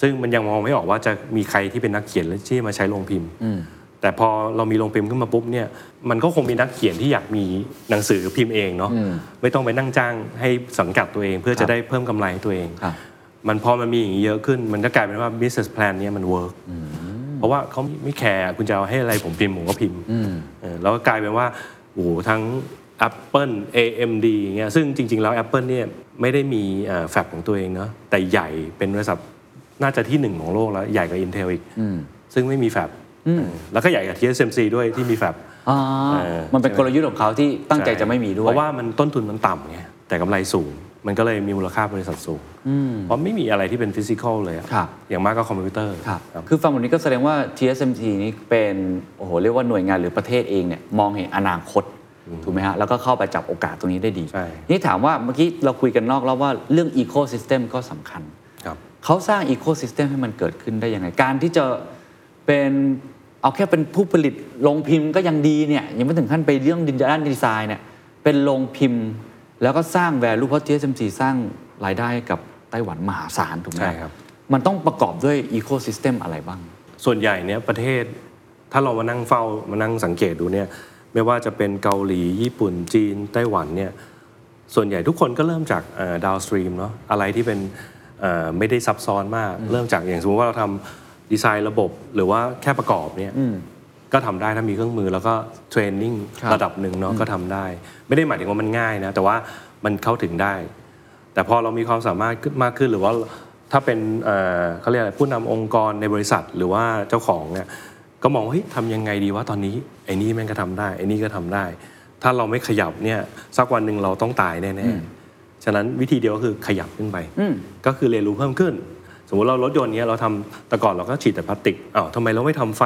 Speaker 3: ซึ่งมันยังมองไม่ออกว่าจะมีใครที่เป็นนักเขียนและที่มาใช้ลงพิมพ์ แต่พอเรามีโรงพิมพ์ขึ้นมาปุ๊บเนี่ยมันก็คงมีนักเขียนที่อยากมีหนังสือพิมพ์เองเนาะไม่ต้องไปนั่งจ้างให้สังกัดตัวเอง เพื่อจะได้เพิ่มกำไรให้ตัวเอง
Speaker 4: ครับ
Speaker 3: มันพอมันมีอย่างนี้เยอะขึ้น มันก็กลายเป็นว่า business plan เนี่ยมัน work เพราะว่าเขาไม่แคร์คุณจะเอาให้อะไรผมพิมพ์ผมก็พิมพ์เออแล้วก็กลายเป็นว่าโอ้โหทั้ง Apple AMD อย่างเงี้ยซึ่งจริง ๆ แล้ว Apple เนี่ยไม่ได้มีแฟบของตัวเองเนาะแต่ใหญ่เป็นบริษัทน่าจะที่หนึ่งของโลกแล้วใหญ่กว่า Intel อีกซึ่งไม่มีแฟบแล้วก็ใหญ่กว่า TSMC ด้วยที่มีแฟบ
Speaker 4: อ่า
Speaker 3: เออ
Speaker 4: มันเป็นกลยุทธ์ของเขาที่ตั้งใจจะไม่มีด้วย
Speaker 3: เพราะว่ามันต้นทุนมันต่ำไงแต่กำไรสูง มันก็เลยมีมูลค่าบริษัทสูง เพราะไม่มีอะไรที่เป็นฟิสิกอลเลยอะ
Speaker 4: ครับ
Speaker 3: อย่างมากก็คอมพิวเตอร์
Speaker 4: ครับ
Speaker 3: ครับ
Speaker 4: คือฟังแบบนี้ก็แสดงว่า TSMC นี้เป็นโอ้โหเรียกว่าหน่วยงานหรือประเทศเองเนี่ยมองเห็นอนาคตถูกไหมฮะแล้วก็เข้าไปจับโอกาสตรงนี้ได้ดี
Speaker 3: ใช่
Speaker 4: นี่ถามว่าเมื่อกี้เราคุยกันนอกแล้วว่าเรื่อง Ecosystem ก็สำคัญ
Speaker 3: ครับ
Speaker 4: เขาสร้างอีโค y ิสเต็มให้มันเกิดขึ้นได้ยังไง การที่จะเป็นเอาแค่เป็นผู้ผลิตลงพิมพ์ก็ยังดีเนี่ยยังไม่ถึงขั้นไปเรื่องดินด้านดีไซน์เนี่ยเป็นลงพิมพ์ แล้วก็สร้างแวลูเพราะ TSMC สร้างรายได้ให้กับไต้หวันมหาศาลถูกไหม
Speaker 3: ใช่ครับ
Speaker 4: มันต้องประกอบด้วยอีโค y ิสเต็มอะไรบ้าง
Speaker 3: ส่วนใหญ่เนี่ยประเทศถ้าเรามานั่งเฝ้ามานั่งสังเกตดูเนี่ยไม่ว่าจะเป็นเกาหลีญี่ปุ่นจีนไต้หวันเนี่ยส่วนใหญ่ทุกคนก็เริ่มจากดาวสตรีมเนาะอะไรที่เป็นเอ่อไม่ได้ซับซ้อนมาก เริ่มจากอย่างสมมติว่าเราทำดีไซน์ระบบหรือว่าแค่ประกอบเนี่ยก็ทำได้ถ้ามีเครื่องมือแล้วก็เทรนนิ่ง
Speaker 4: ครับ
Speaker 3: ระดับหนึ่งเนาะก็ทำได้ ไม่ได้หมายถึงว่ามันง่ายนะแต่ว่ามันเข้าถึงได้ แต่พอเรามีความสามารถขึ้นมากขึ้นหรือว่าถ้าเป็นเอ่อเขาเรียกอะไรผู้นำองค์กรในบริษัทหรือว่าเจ้าของเนี่ยก็มองว่าเฮ้ยทำยังไงดีว่าตอนนี้ไอ้นี่แม่งก็ทำได้ไอ้นี่ก็ทำได้ ถ้าเราไม่ขยับเนี่ยสักวันหนึ่งเราต้องตายแน่ๆฉะนั้นวิธีเดียวก็คือขยับขึ้นไปก็คือเรียนรู้เพิ่มขึ้น สมมติเรารถยนต์เนี้ยเราทำแต่ก่อนเราก็ฉีดแต่พลาสติกอ้าวทำไมเราไม่ทำไฟ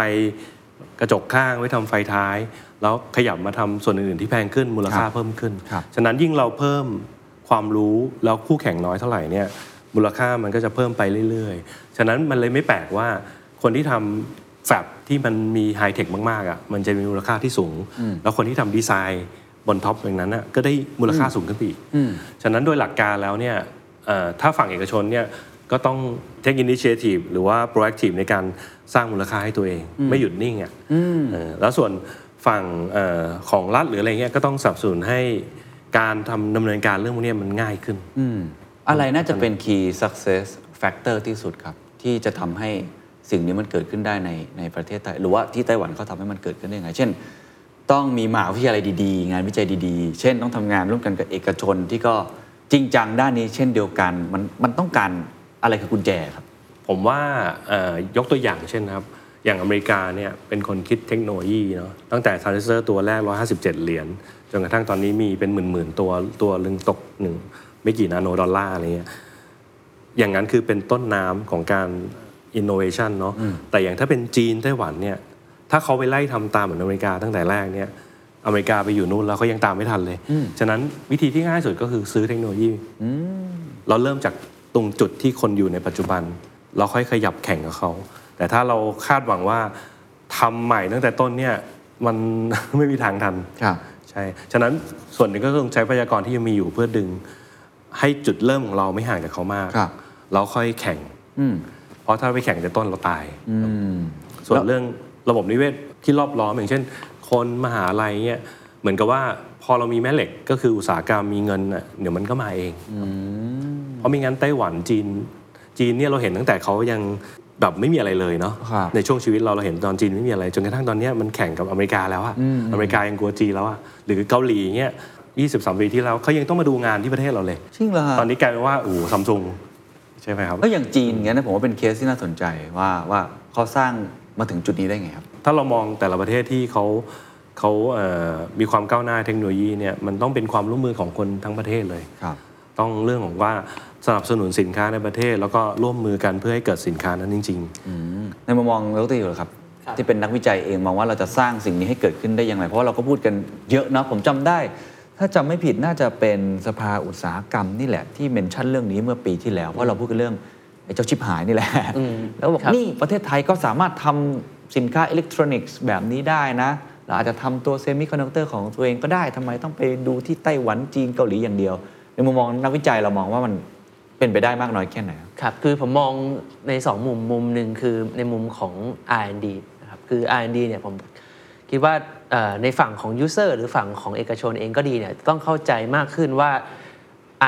Speaker 3: กระจกข้างไม่ทำไฟท้าย แล้วขยับมาทำส่วนอื่นๆที่แพงขึ้นมูลค่าเพิ่มขึ้น
Speaker 4: ครับ
Speaker 3: ฉะนั้นยิ่งเราเพิ่มความรู้แล้วคู่แข่งน้อยเท่าไหร่เนี่ยมูลค่ามันก็จะเพิ่มไปเรื่อยๆ ฉะนั้นมันเลยไม่แปลกว่าคนที่ทำแฟบที่มันมีไฮเทคมากๆอ่ะมันจะมีมูลค่าที่สูง แล้วคนที่ทำดีไซน์บนท็อปอย่างนั้นน่ะก็ได้มูลค่าสูงขึ้นไปอีกฉะนั้นโดยหลักการแล้วเนี่ยเอ่อถ้าฝั่งเอกชนเนี่ยก็ต้องเทคอินิเชทีฟหรือว่าโปรแอคทีฟในการสร้างมูลค่าให้ตัวเอง ไม่หยุดนิ่งอ่ะเออแล้วส่วนฝั่งเอ่อของรัฐหรืออะไรเงี้ยก็ต้องสนับสนุนให้ การทำดำเนินการเรื่องพวกเนี้ยมันง่ายขึ้น
Speaker 4: อะไรน่าจะเป็น key success factor ที่สุดครับ ที่จะทำให้สิ่งนี้มันเกิดขึ้นได้ในในประเทศไทย หรือว่าที่ไต้หวันเขาทำให้มันเกิดขึ้นได้ยังไง เช่น ต้องมีมหาวิทยาลัยดีๆ งานวิจัยดีๆ เช่นต้องทำงานร่วมกันกับเอกชนที่ก็จริงจังด้านนี้ เช่นเดียวกัน มันมันต้องการอะไรคือกุญแจครับ
Speaker 3: ผมว่าเอ่อยกตัวอย่างเช่นนะครับ อย่างอเมริกาเนี่ยเป็นคนคิดเทคโนโลยีเนาะตั้งแต่ทรานซิสเตอร์ตัวแรก 157 เหรียญจนกระทั่งตอนนี้มีเป็นหมื่น ๆ ตัวตัวลึงตกหนึ่งไม่กี่นาโนดอลลาร์อะไรเงี้ยอย่างนั้นคือเป็นต้นน้ำของการอินโนเวชันเนาะแต่อย่างถ้าเป็นจีนไต้หวันเนี่ยถ้าเขาไปไล่ทำตามเหมือนอเมริกาตั้งแต่แรกเนี่ยอเมริกาไปอยู่นู่นแล้วเขายังตามไม่ทันเลย ฉะนั้นวิธีที่ง่ายสุดก็คือซื้อเทคโนโลยี เราเริ่มจากตรงจุดที่คนอยู่ในปัจจุบัน เราค่อยขยับแข่งกับเขา แต่ถ้าเราคาดหวังว่าทำใหม่ตั้งแต่ต้นเนี่ยมัน ไม่มีทางทัน
Speaker 4: ครับ
Speaker 3: ใช่ฉะนั้นส่วนหนึ่งก็ต้องใช้พยากรที่ยังมีอยู่เพื่อดึง ให้จุดเริ่มของเราไม่ห่างจากเขามาก
Speaker 4: ครับ
Speaker 3: เราค่อยแข่งเพราะถ้าไปแข่งแต่ต้นเราตาย ส่วนเรื่องระบบนิเวศที่รอบล้อมอย่างเช่น คนมหาลัยเงี้ยเหมือนกับว่าพอเรามีแม่เหล็กก็คืออุตสาหกรรมมีเงินน่ะเดี๋ยวมันก็มาเองเพราะไม่งั้นไต้หวันจีน จีนเนี่ยเราเห็นตั้งแต่เขายังแบบไม่มีอะไรเลยเนาะ
Speaker 4: ครับ
Speaker 3: ในช่วงชีวิตเราเราเห็นตอนจีนไม่มีอะไร จนกระทั่งตอนเนี้ยมันแข่งกับอเมริกาแล้วอะอเมริกายังกลัวจีนแล้วอะหรือเกาหลีเงี้ย23ปีที่แล้วเขายังต้องมาดูงานที่ประเทศเราเลย
Speaker 4: จริงเหรอฮะ
Speaker 3: ตอนนี้กลายเป็นว่าโอ้ซัมซุงใช่ไหมครับ
Speaker 4: แล้วอย่างจีนเงี้ยนะผมว่าเป็นเคสที่น่าสนใจว่าว่าเขาสร้างมาถึงจุดนี้ได้ไงครับ
Speaker 3: ถ้าเรามองแต่ละประเทศที่เขาเขาเอ่อมีความก้าวหน้าเทคโนโลยีเนี่ยมันต้องเป็นความร่วมมือของคนทั้งประเทศเลย
Speaker 4: ครับ
Speaker 3: ต้องเรื่องของว่าสนับสนุนสินค้าในประเทศ แล้วก็ร่วมมือกันเพื่อให้เกิดสินค้านั้นจริง
Speaker 4: ในมุมมองดรอยู่เหรอครับ
Speaker 8: ครับ
Speaker 4: ที่เป็นนักวิจัยเองมองว่าเราจะสร้างสิ่งนี้ให้เกิดขึ้นได้อย่างไร เพราะว่าเราก็พูดกันเยอะเนาะผมจำได้
Speaker 9: ถ้าจำไม่ผิดน่าจะเป็นสภาอุตสาหกรรมนี่แหละที่เมนชั่นเรื่องนี้เมื่อปีที่แล้ว เพราะเราพูดกันเรื่องไอ้เจ้าชิปหายนี่แหละ
Speaker 8: อืม
Speaker 9: แล้วบอก
Speaker 8: ครับ
Speaker 9: นี่ประเทศไทยก็สามารถทำสินค้าอิเล็กทรอนิกส์แบบนี้ได้นะเราอาจจะทำตัวเซมิคอนดักเตอร์ของตัวเองก็ได้ทำไมต้องไปดูที่ไต้หวันจีนเกาหลีอย่างเดียว ในมุมมองนักวิจัยเรามองว่ามันเป็นไปได้มากน้อยแค่ไหนครับ
Speaker 8: ครับ คือผมมองใน 2 มุม มุมหนึ่งคือในมุมของ R&D นะครับ คือ R&D เนี่ยผมคิดว่าเอ่อในฝั่งของ User หรือฝั่งของเอกชนเองก็ดีเนี่ยต้องเข้าใจมากขึ้นว่า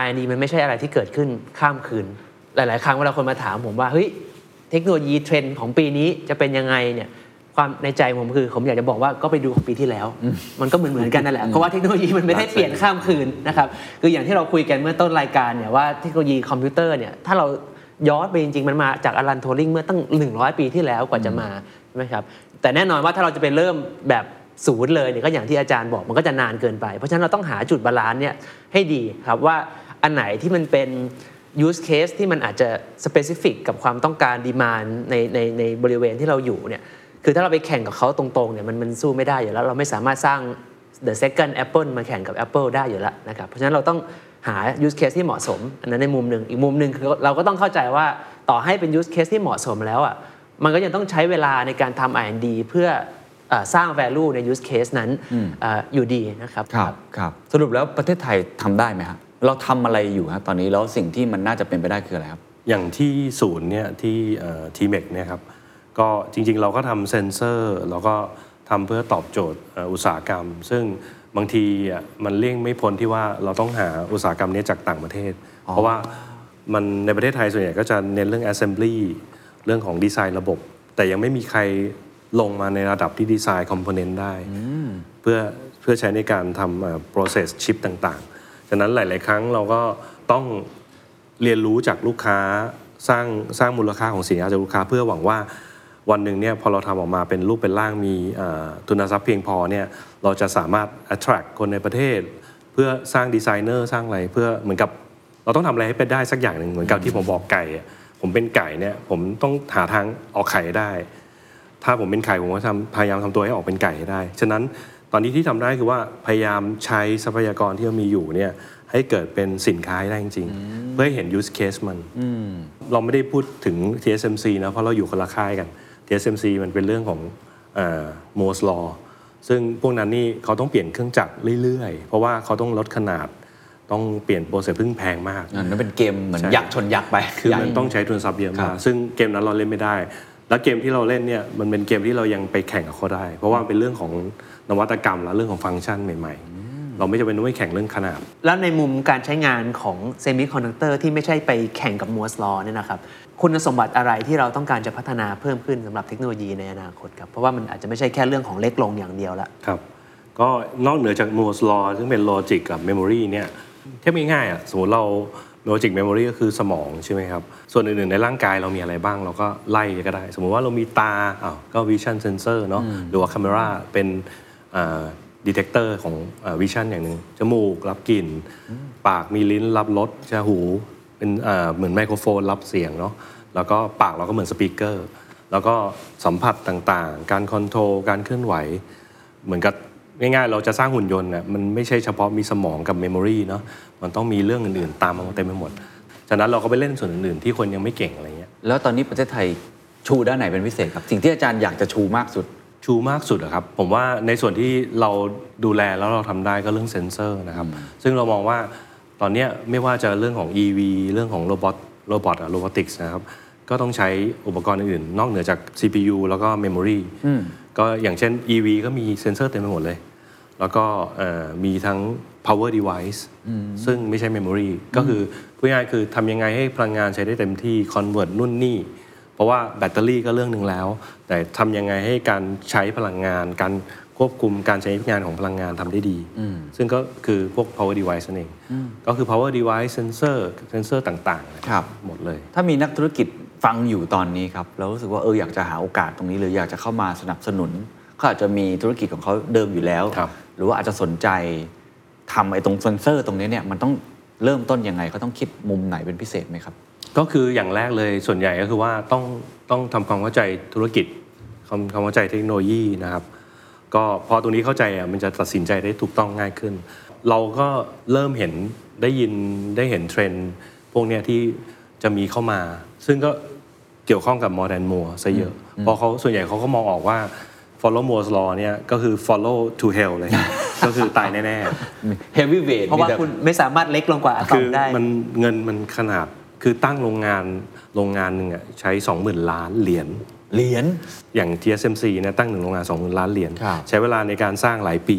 Speaker 8: R&D มันไม่ใช่อะไรที่เกิดขึ้นข้ามคืน หลาย ๆ ครั้งเวลาคนมาถามผมว่าเฮ้ยเทคโนโลยีเทรนด์ของปีนี้จะเป็นยังไงเนี่ยความในใจผมคือ ผมอยากจะบอกว่าก็ไปดูของปีที่แล้ว มันก็เหมือนเหมือนๆกันนั่นแหละเพราะว่าเทคโนโลยีมันไม่ได้เปลี่ยนข้ามคืนนะครับคืออย่างที่เราคุยกันเมื่อต้นรายการเนี่ยว่าเทคโนโลยีคอมพิวเตอร์เนี่ยถ้าเราย้อนไปจริง ๆ มันมาจากอลันโทริงเมื่อตั้ง 100 ปีที่แล้วกว่าจะมาใช่ไหมครับแต่แน่นอนว่าถ้าเราจะไปเริ่มแบบศูนย์เลยเนี่ยก็อย่างที่อาจารย์บอกมันก็จะนานเกินไป เพราะฉะนั้นเราต้องหาจุดบาลานซ์เนี่ยให้ดีครับว่าอันไหนที่มันเป็น use case ที่มันอาจจะ specific กับความต้องการ demand ในในในบริเวณที่เราอยู่เนี่ย คือถ้าเราไปแข่งกับเขาตรงๆเนี่ยมันมันสู้ไม่ได้อยู่แล้ว เราไม่สามารถสร้าง the second apple มาแข่งกับ Apple ได้อยู่แล้วนะครับ เพราะฉะนั้นเราต้องหา use case ที่เหมาะสม อันนั้นในมุมหนึ่ง อีกมุมหนึ่งคือเราก็ต้องเข้าใจว่าต่อให้เป็น use case ที่เหมาะสมแล้วอ่ะ มันก็ยังต้องใช้เวลาในการทำ R&D เพื่อเอ่อสร้าง value ใน use case นั้นเอ่ออยู่ดีนะครับ
Speaker 9: ครับครับสรุปแล้วประเทศไทยทำได้ไหมครับเราทำอะไรอยู่ฮะตอนนี้แล้วสิ่งที่มันน่าจะเป็นไปได้คืออะไรครับ
Speaker 3: อย่างที่ศูนย์เนี่ยที่ทีเมกเนี่ยครับก็จริงๆเราก็ทำเซนเซอร์แล้วก็ทำเพื่อตอบโจทย์เอ่ออุตสาหกรรม ซึ่งบางทีอ่ะมันเลี่ยงไม่พ้นที่ว่าเราต้องหาอุตสาหกรรมเนี้ยจากต่างประเทศ เพราะว่ามันในประเทศไทยส่วนใหญ่ก็จะเน้นเรื่อง Assembly เรื่องของดีไซน์ระบบ แต่ยังไม่มีใครลงมาในระดับที่ดีไซน์คอมโพเนนต์ได้ เพื่อเพื่อใช้ในการทำเอ่อ process chip ต่างๆ ฉะนั้นหลาย ๆ ครั้งเราก็ต้อง เรียนรู้จากลูกค้าสร้างสร้างมูลค่าของสินค้าจากลูกค้าเพื่อหวังว่าวันหนึ่งเนี่ยพอเราทำออกมาเป็นรูปเป็นร่างมีเอ่อทุนทรัพย์เพียงพอเนี่ยเราจะสามารถ attract คนในประเทศ เพื่อสร้างดีไซเนอร์สร้างอะไรเพื่อเหมือนกับเราต้องทำอะไรให้เป็นได้สักอย่างหนึ่งเหมือนกับที่ผมบอกไก่อะผมเป็นไก่เนี่ยผมต้องหาทางออกไข่ให้ได้ ถ้าผมเป็นไข่ผมก็ทำพยายามทำตัวให้ออกเป็นไก่ให้ได้ ฉะนั้นตอนนี้ที่ทำได้คือว่าพยายามใช้ทรัพยากรที่เรามีอยู่เนี่ยให้เกิดเป็นสินค้าให้ได้จริงๆ เพื่อให้เห็น use case มัน เราไม่ได้พูดถึง TSMC นะเพราะเราอยู่คนละค่ายกัน TSMC มันเป็นเรื่องของโมสลอ Moore's Law ซึ่งพวกนั้นนี่เขาต้องเปลี่ยนเครื่องจักรเรื่อยๆ เพราะว่าเขาต้องลดขนาดต้องเปลี่ยนโปรเซสพึ่งแพงมาก
Speaker 9: อ่ะนั่นเป็นเกมเหมือน
Speaker 3: ใช่
Speaker 9: ยักษ์ชนยักษ์ไป
Speaker 3: คือ
Speaker 9: ยัก
Speaker 3: มัน
Speaker 9: ษ์
Speaker 3: ต้องใช้ทุนทรัพย์เยอะ
Speaker 9: ค
Speaker 3: มาก
Speaker 9: รับ
Speaker 3: ซึ่งเกมนั้นเราเล่นไม่ได้ แล้วเกมที่เราเล่นเนี่ยมันเป็นเกมที่เรายังไปแข่งกับเขาได้ เพราะว่ามันเป็นเรื่องของนวัตกรรมและเรื่องของฟังก์ชันใหม่ๆ เราไม่จำเป็นต้องไปแข่งเรื่องขนาด
Speaker 8: แล้วในมุมการใช้งานของเซมิคอนดักเตอร์ที่ไม่ใช่ไปแข่งกับมัวสลอเนี่ยนะครับ คุณสมบัติอะไรที่เราต้องการจะพัฒนาเพิ่มขึ้นสำหรับเทคโนโลยีในอนาคตครับ เพราะว่ามันอาจจะไม่ใช่แค่เรื่องของเล็กลงอย่างเดียวละ
Speaker 3: ครับก็นอกเหนือจาก Moore's Law ซึ่งเป็น Logic กับ Memory เนี่ยเทียบง่ายๆอ่ะสมมติเรา Logic Memory ก็คือสมองใช่ไหมครับ ส่วนอื่นๆ ในร่างกายเรามีอะไรบ้างเราก็ไล่ก็ได้ สมมติว่าเรามีตาอ้าวก็ Vision Sensor เนาะหรือว่า Camera เป็นดีเท c เตอร์ของวิชั่นอย่างหนึ่งจมูก รับกลิ่น ปากมีลิ้นรับรสจะหู เป็นเอ่อเหมือนไมโครโฟนรับเสียงเนาะแล้วก็ปากเราก็เหมือนสปีกเกอร์แล้วก็สัมผัสต่างๆ การคอนโทรลการเคลื่อนไหว เหมือนกับง่ายๆ เราจะสร้างหุ่นยนต์น่ะมันไม่ใช่เฉพาะมีสมองกับเมมโมรีเนาะมันต้องมีเรื่องอื่นๆ ตามมาเต็มไปหมด ฉะนั้นเราก็ไปเล่นส่วนอื่นๆ ที่คนยังไม่เก่งอะไรเงี้ย
Speaker 9: แล้วตอนนี้ประเทศไทยชูด้านไหนเป็นพิเศษครับ สิ่งที่อาจารย์อยากจะชูมากสุด
Speaker 3: ชูมากสุดอะครับ ผมว่าในส่วนที่เราดูแลแล้วเราทำได้ก็เรื่องเซ็นเซอร์นะครับ ซึ่งเรามองว่าตอนเนี้ยไม่ว่าจะเรื่องของ EV เรื่องของโรบอทโรบอทอะโรบอติกส์นะครับ ก็ต้องใช้อุปกรณ์อื่นๆนอกเหนือจาก CPU แล้วก็เมมโมรีก็อย่างเช่น EV ก็มีเซ็นเซอร์เต็มไปหมดเลย แล้วก็เอ่อมีทั้ง power device ซึ่งไม่ใช่ memory ก็คือพูดง่ายๆคือทำยังไงให้พลังงานใช้ได้เต็มที่ convert นู่นนี่ เพราะว่าแบตเตอรี่ก็เรื่องหนึ่งแล้ว แต่ทำยังไงให้การใช้พลังงาน การควบคุมการใช้งานของพลังงานทำได้ดี ซึ่งก็คือพวก power device นั่นเอง ก็คือ power device sensor sensor ต่างๆ
Speaker 9: ครับ
Speaker 3: หมดเลย
Speaker 9: ถ้ามีนักธุรกิจฟังอยู่ตอนนี้ครับ แล้วรู้สึกว่าเอออยากจะหาโอกาสตรงนี้ หรืออยากจะเข้ามาสนับสนุนเขาอาจจะมีธุรกิจของเขาเดิมอยู่แล้ว
Speaker 3: ครับ
Speaker 9: หรือว่าอาจจะสนใจทำไอ้ตรงเซนเซอร์ตรงนี้เนี่ยมันต้องเริ่มต้นยังไงเขาต้องคิดมุมไหนเป็นพิเศษไหมครับ
Speaker 3: ก็คืออย่างแรกเลยส่วนใหญ่ก็คือว่าต้องต้องทำความเข้าใจธุรกิจทำความเข้าใจเทคโนโลยีนะครับ ก็พอตรงนี้เข้าใจอ่ะมันจะตัดสินใจได้ถูกต้องง่ายขึ้น เราก็เริ่มเห็นได้ยินได้เห็นเทรนด์พวกเนี้ยที่จะมีเข้ามา ซึ่งก็เกี่ยวข้องกับ more than more ซะเยอะเพราะเขาส่วนใหญ่เขาก็มองออกว่า follow Moore's law เนี่ยก็คือ follow to hell เลย ก็คือตายแน่
Speaker 4: เฮฟวี่เวท
Speaker 8: เพราะว่าคุณไม่สามารถเล็กลงกว่าอะ
Speaker 3: ๆ
Speaker 8: ตอ
Speaker 3: คื
Speaker 8: มได้
Speaker 3: มันเงินมันขนาดคือตั้งโรงงานโรงงานหนึ่งอะใช้ 20,000 ล้านเหรียญ
Speaker 4: เหรียญ
Speaker 3: อย่าง TSMC เนะตั้งหนึ่งโรงงาน20,000 ล้านเหรียญ
Speaker 4: ครับ
Speaker 3: ใช้เวลาในการสร้างหลายปี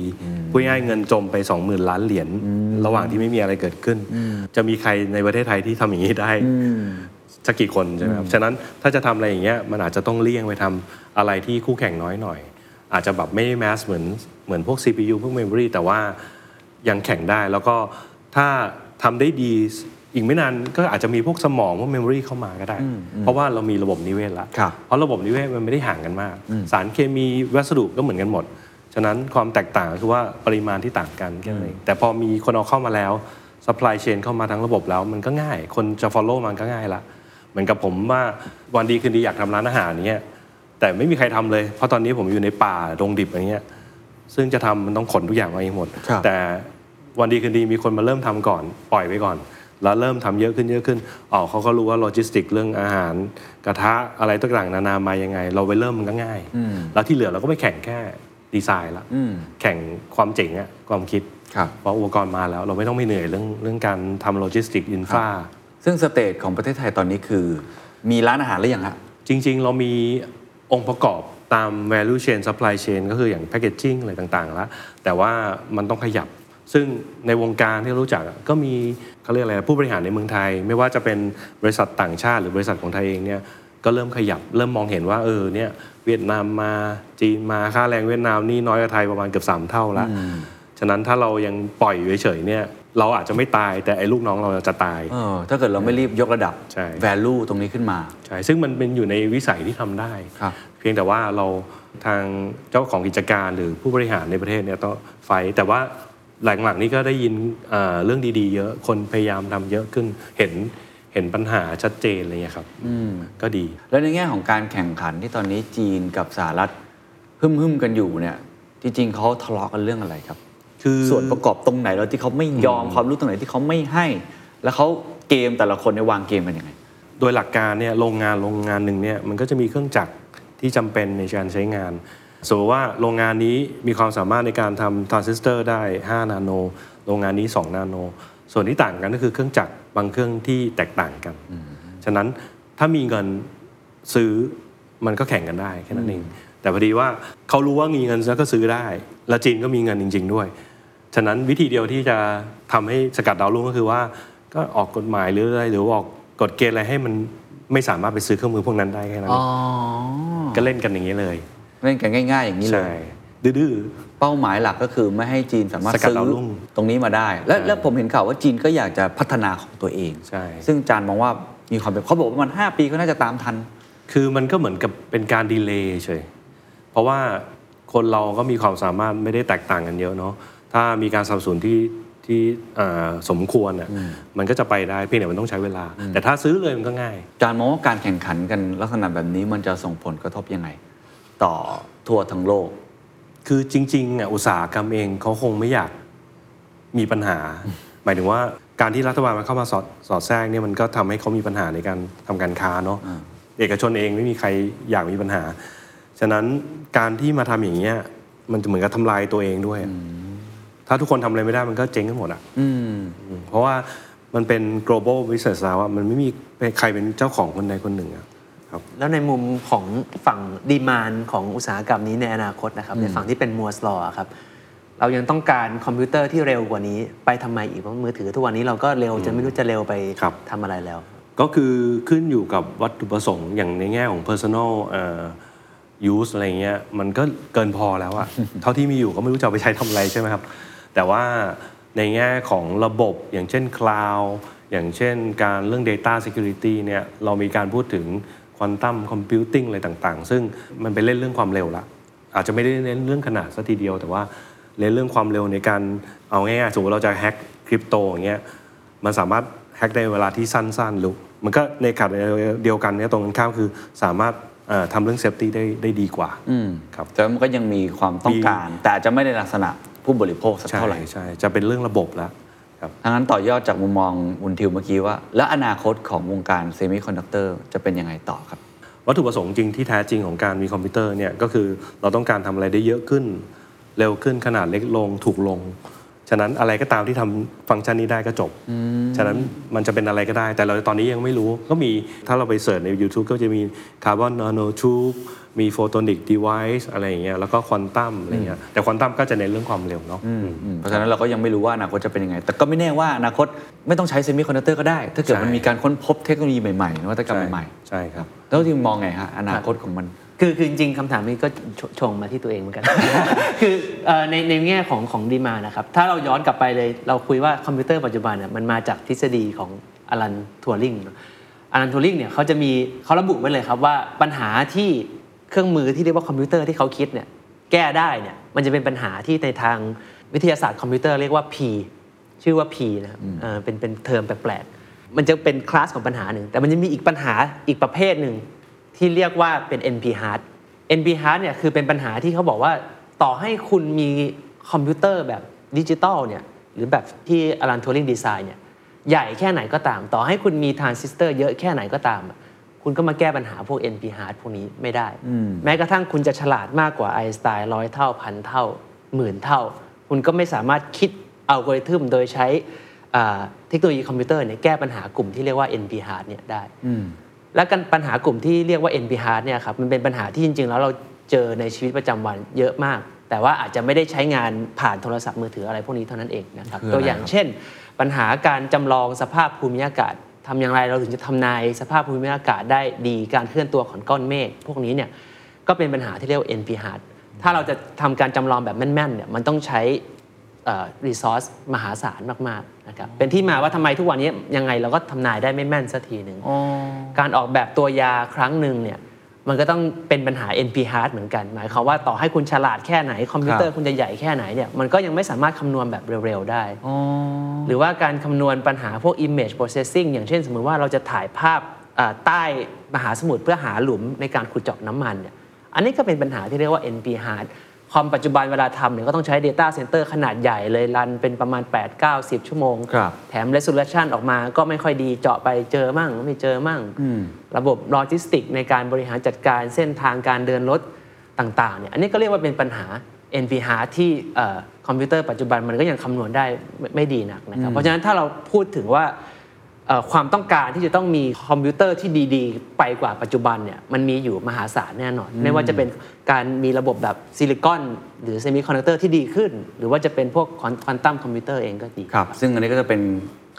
Speaker 3: พูดง่ายๆเงินจมไป 20,000 ล้านเหรียญระหว่างที่ไม่มีอะไรเกิดขึ้น จะมีใครในประเทศไทยที่ทำอย่างนี้ได้สักกี่คนใช่ไหมครับฉะนั้นถ้าจะทำอะไรอย่างเงี้ยมันอาจจะต้องเลี่ยงไปทำอะไรที่คู่แข่งน้อยหน่อย อาจจะแบบไม่ได้แมสเหมือนเหมือนพวก CPU พวก Memory แต่ว่ายังแข่งได้แล้วก็ถ้าทำได้ดีอีกไม่นานก็อาจจะมีพวกสมองพวก Memory เข้ามาก็ได้ เพราะว่าเรามีระบบนิเวศละ
Speaker 4: ครับ
Speaker 3: เพราะระบบนิเวศมันไม่ได้ห่างกันมาก สารเคมีวัสดุก็เหมือนกันหมด ฉะนั้นความแตกต่างก็คือว่าปริมาณที่ต่างกันแค่นั้นเองแต่พอมีคนเอาเข้ามาแล้ว supply chain เข้ามาทั้งระบบแล้วมันก็ง่าย คนจะ follow มันก็ง่ายละ เหมือนกับผมว่าวันดีคืนดีอยากทำร้านอาหารเนี้ยแต่ไม่มีใครทำเลย เพราะตอนนี้ผมอยู่ในป่าดงดิบอะไรเงี้ย ซึ่งจะทำมันต้องขนทุกอย่างมาเองหมด
Speaker 4: ครับ
Speaker 3: แต่วันดีคืนดีมีคนมาเริ่มทำก่อน ปล่อยไว้ก่อน แล้วเริ่มทำเยอะขึ้นเยอะขึ้นอ๋อเขาก็รู้ว่าโลจิสติกเรื่องอาหาร กระทะอะไรต่างๆนานามายังไง เราไปเริ่มมันก็ง่าย แล้วที่เหลือเราก็ไปแข่งแค่ดีไซน์ละแข่งความเจ๋งอะความคิด
Speaker 4: ครับ
Speaker 3: เพราะอุปกรณ์มาแล้ว เราไม่ต้องไปเหนื่อยเรื่องเรื่องการทำโลจิสติกอินฟรา
Speaker 4: ซึ่งสเตจของประเทศไทยตอนนี้คือ มีร้านอาหารหรือยังฮะ
Speaker 3: จริงๆ เรามีองค์ประกอบตาม value chain supply chain ก็คืออย่าง packaging อะไรต่างๆ แล้ว แต่ว่ามันต้องขยับ ซึ่งในวงการที่รู้จักอะก็มีเขาเรียกอะไรนะผู้บริหารในเมืองไทย ไม่ว่าจะเป็นบริษัทต่างชาติหรือบริษัทของไทยเองเนี่ยก็เริ่มขยับ เริ่มมองเห็นว่าเออเนี่ยเวียดนามมาจีนมาค่าแรงเวียดนามนี่น้อยกว่าไทยประมาณเกือบสามเท่าละฉะนั้นถ้าเรายังปล่อยอยู่เฉยๆเนี่ยเราอาจจะไม่ตายแต่ไอ้ลูกน้องเราจะตาย
Speaker 4: เออถ้าเกิดเราไม่รีบยกระดับ
Speaker 3: ใช่
Speaker 4: value ตรงนี้ขึ้นมา
Speaker 3: ใช่ ซึ่งมันเป็นอยู่ในวิสัยที่ทำได้
Speaker 4: ครับ
Speaker 3: เพียงแต่ว่าเราทางเจ้าของกิจการหรือผู้บริหารในประเทศเนี่ยต้องไฟท์แต่ว่าหลังๆนี้ก็ได้ยินเอ่อเรื่องดีๆ เยอะ คนพยายามทำเยอะขึ้น เห็นเห็นปัญหาชัดเจนอะไรเงี้ยครับก็ดี
Speaker 4: แล้วในแง่ของการแข่งขันที่ตอนนี้จีนกับสหรัฐหึ่มๆกันอยู่เนี่ยจริงๆเขาทะเลาะกันเรื่องอะไรครับ
Speaker 3: คือ
Speaker 4: ส่วนประกอบตรงไหนแล้วที่เขาไม่ยอมความรู้ตรงไหนที่เขาไม่ให้ แล้วเขาเกมแต่ละคนในยวางเกมกันยังไง
Speaker 3: โดยหลักการเนี่ยโรงงานโรงงานหนึ่งเนี่ยมันก็จะมีเครื่องจักรที่จำเป็นในการใช้งาน สมมติว่าโรงงานนี้มีความสามารถในการทำทรานซิสเตอร์ได้ 5 นาโน โรงงานนี้ 2 นาโน ส่วนที่ต่างกันก็คือเครื่องจักรบางเครื่องที่แตกต่างกัน ฉะนั้นถ้ามีเงินซื้อมันก็แข่งกันได้แค่นั้นเอง แต่พอดีว่าเขารู้ว่ามีเงินแล้วก็ซื้อได้ แล้วจีนก็มีเงินจริง ๆ ด้วย ฉะนั้นวิธีเดียวที่จะทำให้สกัดดาวรุ่งก็คือว่าก็ออกกฎหมายหรืออะไรหรือว่าออกกฎเกณฑ์อะไรให้มันไม่สามารถไปซื้อเครื่องมือพวกนั้นได้แค่นั้น
Speaker 4: อ๋อ
Speaker 3: ก็เล่นกันอย่างนี้เลย
Speaker 4: เล่นกันง่าย ๆ อย่างนี้เล
Speaker 3: ใช่
Speaker 4: ย
Speaker 3: ดื้อ
Speaker 4: เป้าหมายหลักก็คือไม่ให้จีนสามารถ
Speaker 3: สกัด
Speaker 4: ซื้อ
Speaker 3: ดาวรุ่ง
Speaker 4: ตรงนี้มาได้ และ
Speaker 3: ใช่
Speaker 4: และผมเห็นข่าวว่าจีนก็อยากจะพัฒนาของตัวเอง
Speaker 3: ใช่
Speaker 4: ซึ่งจานมองว่ามีความเป็นเขาบอกว่ามัน 5 ปีก็น่าจะตามทัน
Speaker 3: ๆคือมันก็เหมือนกับเป็นการดีเลย์เฉยเพราะว่าคนเราก็มีความสามารถไม่ได้แตกต่างกันเยอะเนาะถ้ามีการสนับสนุนที่ที่เอ่อสมควรอ่ะมันก็จะไปได้เพียงแต่มันต้องใช้เวลา แต่ถ้าซื้อเลยมันก็ง่าย
Speaker 4: จานมองว่าการแข่งขันกันลักษณะแบบนี้มันจะส่งผลกระทบยังไง ต่อทั่วทั้งโลก
Speaker 3: คือจริงๆอ่ะอุตสาหกรรมเองเขาคงไม่อยากมีปัญหา หมายถึงว่าการที่รัฐบาลมาเข้ามาสอดสอดแทรกเนี่ยมันก็ทำให้เขามีปัญหาในการทำการค้าเนาะเอกชนเองไม่มีใครอยากมีปัญหา ฉะนั้นการที่มาทำอย่างเงี้ยมันจะเหมือนกับทำลายตัวเองด้วยอะถ้าทุกคนทำอะไรไม่ได้มันก็เจ๊งกันหมดอ่ะอืมเพราะว่ามันเป็น global business แล้วอะมันไม่มีใครเป็นเจ้าของคนใดคนหนึ่งอะครับ
Speaker 8: แล้วในมุมของฝั่งดีมานของอุตสาหกรรมนี้ในอนาคตนะครับในฝั่งที่เป็นมัวสลอครับ เรายังต้องการคอมพิวเตอร์ที่เร็วกว่านี้ ไปทำไมอีกเพราะมือถือทุกวันนี้เราก็เร็วจนไม่รู้จะเร็วไป
Speaker 3: ครับ
Speaker 8: ทำอะไรแล้ว
Speaker 3: ก็คือขึ้นอยู่กับวัตถุประสงค์อย่างในแง่ของ personal เอ่อ use อะไรเงี้ยมันก็เกินพอแล้วอะ เท่าที่มีอยู่ก็ไม่รู้จะเอาไปใช้ทำอะไรใช่ไหมครับ แต่ว่าในแง่ของระบบอย่างเช่น cloud อย่างเช่นการเรื่อง data security เนี่ยเรามีการพูดถึง quantum computing อะไรต่างๆ ซึ่งมันไปเล่นเรื่องความเร็วละ อาจจะไม่ได้เน้นเรื่องขนาดซะทีเดียว แต่ว่าเน้นเรื่องความเร็วในการเอาง่ายๆสมมติเราจะแฮกคริปโตอย่างเงี้ยมันสามารถแฮกในเวลาที่สั้นๆหรือมันก็ในขณะเดียวกันเนี่ยตรงกันข้ามคือสามารถเอ่อทำเรื่องเซฟตี้ได้ได้ดีกว่าครับ
Speaker 4: แต่มันก็ยังมีความต้องการ แต่อาจจะไม่ในลักษณะ ผู้บริโภคสัก
Speaker 3: ใช่
Speaker 4: เท่าไหร่
Speaker 3: ใช่จะเป็นเรื่องระบบแล้วครับ
Speaker 4: ทั้งนั้นต่อยอดจากมุมมองบุญทิวเมื่อกี้ว่า แล้วอนาคตของวงการเซมิคอนดักเตอร์จะเป็นยังไงต่อครับ
Speaker 3: วัตถุประสงค์จริงที่แท้จริงของการมีคอมพิวเตอร์เนี่ยก็คือเราต้องการทำอะไรได้เยอะขึ้น เร็วขึ้นขนาดเล็กลงถูกลง ฉะนั้นอะไรก็ตามที่ทำฟังก์ชันนี้ได้ก็จบ ฉะนั้นมันจะเป็นอะไรก็ได้ แต่เราตอนนี้ยังไม่รู้ก็มีถ้าเราไปเสิร์ชใน YouTube ก็จะมีคาร์บอนนาโนทูบมีโฟโตนิกดี v i ซ์อะไรอย่างเงี้ยแล้วก็ควอนตัมอะไรเงี้ยแต่ควอนตัมก็จะในนเรื่องความเร็วเนาะอืม
Speaker 4: เพราะฉะนั้นเราก็ยังไม่รู้ว่าอนาคตจะเป็นยังไง แต่ก็ไม่แน่ว่าอนาคตไม่ต้องใช้เซมิคอนดักเตอร์ก็ได้ ถ้าเกิด
Speaker 3: ใช่
Speaker 4: มันมีการค้นพบเทคโนโลยีใหม่ๆนวัตกรรมใหม่
Speaker 3: ใช่ครับ
Speaker 4: ๆแล้วทิวมองไงฮะอนาคตของมัน
Speaker 8: คือคือจริงๆคำถามนี้ก็ชชงมาที่ตัวเองเหมือนกัน คือเอ่อในในแง่ของของดีมานะครับ ถ้าเราย้อนกลับไปเลยเราคุยว่าคอมพิวเตอร์ปัจจุบันเนี่ยมันมาจากทฤษฎีของอลันทัวริงเนอะอลันทัวริงเนี่ยเขาจะมีเขาระบุไว้เลยครับว่าปัญหาที่เครื่องมือที่เรียกว่าคอมพิวเตอร์ที่เขาคิดเนี่ยแก้ได้เนี่ยมันจะเป็นปัญหาที่ในทางวิทยาศาสตร์คอมพิวเตอร์เรียกว่า P ชื่อว่า P นะครับเอ่อเป็นเป็นเทอมแปลกๆมันจะเป็นคลาสของปัญหาหนึ่งแต่มันจะมีอีกปัญหาอีกประเภทหนึ่ง ที่เรียกว่าเป็น NP hard NP hard เนี่ยคือเป็นปัญหาที่เขาบอกว่าต่อให้คุณมีคอมพิวเตอร์แบบดิจิตอลเนี่ยหรือแบบที่อลันทัวริงดีไซน์เนี่ยใหญ่แค่ไหนก็ตาม ต่อให้คุณมีทรานซิสเตอร์เยอะแค่ไหนก็ตามอะคุณก็มาแก้ปัญหาพวก NP hard พวกนี้ไม่ได้ แม้กระทั่งคุณจะฉลาดมากกว่าไอน์สไตน์ร้อยเท่าพันเท่าหมื่นเท่า คุณก็ไม่สามารถคิดอัลกอริทึมโดยใช้อ่าเทคโนโลยีคอมพิวเตอร์เนี่ยแก้ปัญหากลุ่มที่เรียกว่า NP hard เนี่ยได้ และกันปัญหากลุ่มที่เรียกว่า NP hard เนี่ยครับมันเป็นปัญหาที่จริง ๆ แล้วเราเจอในชีวิตประจำวันเยอะมาก แต่ว่าอาจจะไม่ได้ใช้งานผ่านโทรศัพท์มือถืออะไรพวกนี้เท่านั้นเองนะครับตัวอย่างเช่น ปัญหาการจำลองสภาพภูมิอากาศทำอย่างไรเราถึงจะทำนายสภาพภูมิอากาศได้ดีการเคลื่อนตัวของก้อนเมฆพวกนี้เนี่ยก็เป็นปัญหาที่เรียกว่า NP hard ถ้าเราจะทำการจำลองแบบแม่นๆเนี่ยมันต้องใช้ รีซอสมหาศาลมากๆนะครับเป็นที่มาว่าทำไมทุกวันนี้ยังไงเราก็ทำนายได้ไม่แม่นสักทีหนึ่งการออกแบบตัวยาครั้งหนึ่งเนี่ยมันก็ต้องเป็นปัญหา NP hard เหมือนกัน หมายความว่าต่อให้คุณฉลาดแค่ไหน คอมพิวเตอร์คุณจะใหญ่แค่ไหนเนี่ยมันก็ยังไม่สามารถคำนวณแบบเร็ว ๆ ได้ หรือว่าการคำนวณปัญหาพวก image processing อย่างเช่น สมมติว่าเราจะถ่ายภาพอ่าใต้มหาสมุทรเพื่อหาหลุมในการขุดเจาะน้ำมันเนี่ย อันนี้ก็เป็นปัญหาที่เรียกว่า NP hard คอมปัจจุบันเวลาทำเนี่ยก็ต้องใช้ Data Center ขนาดใหญ่เลยรันเป็นประมาณ 8 9 10 ชั่วโมง
Speaker 4: ครับ
Speaker 8: แถม resolution ออกมาก็ไม่ค่อยดีเจาะไปเจอมั่ง ไม่เจอมั่ง ระบบโลจิสติกในการบริหารจัดการเส้นทางการเดินรถต่างๆเนี่ยอันนี้ก็เรียกว่าเป็นปัญหา NP hard ที่เอ่อคอมพิวเตอร์ปัจจุบันมันก็ยังคำนวณได้ไม่ไม่ดีนักนะครับเพราะฉะนั้นถ้าเราพูดถึงว่า เอ่อความต้องการที่จะต้องมีคอมพิวเตอร์ที่ดีๆ ไปกว่าปัจจุบันเนี่ยมันมีอยู่มหาศาลแน่นอน ไม่ว่าจะเป็นการมีระบบแบบซิลิคอนหรือเซมิคอนดักเตอร์ที่ดีขึ้น หรือว่าจะเป็นพวกควอนตัมคอมพิวเตอร์เองก็ดี
Speaker 4: ครับ ซึ่งอันนี้ก็จะเป็น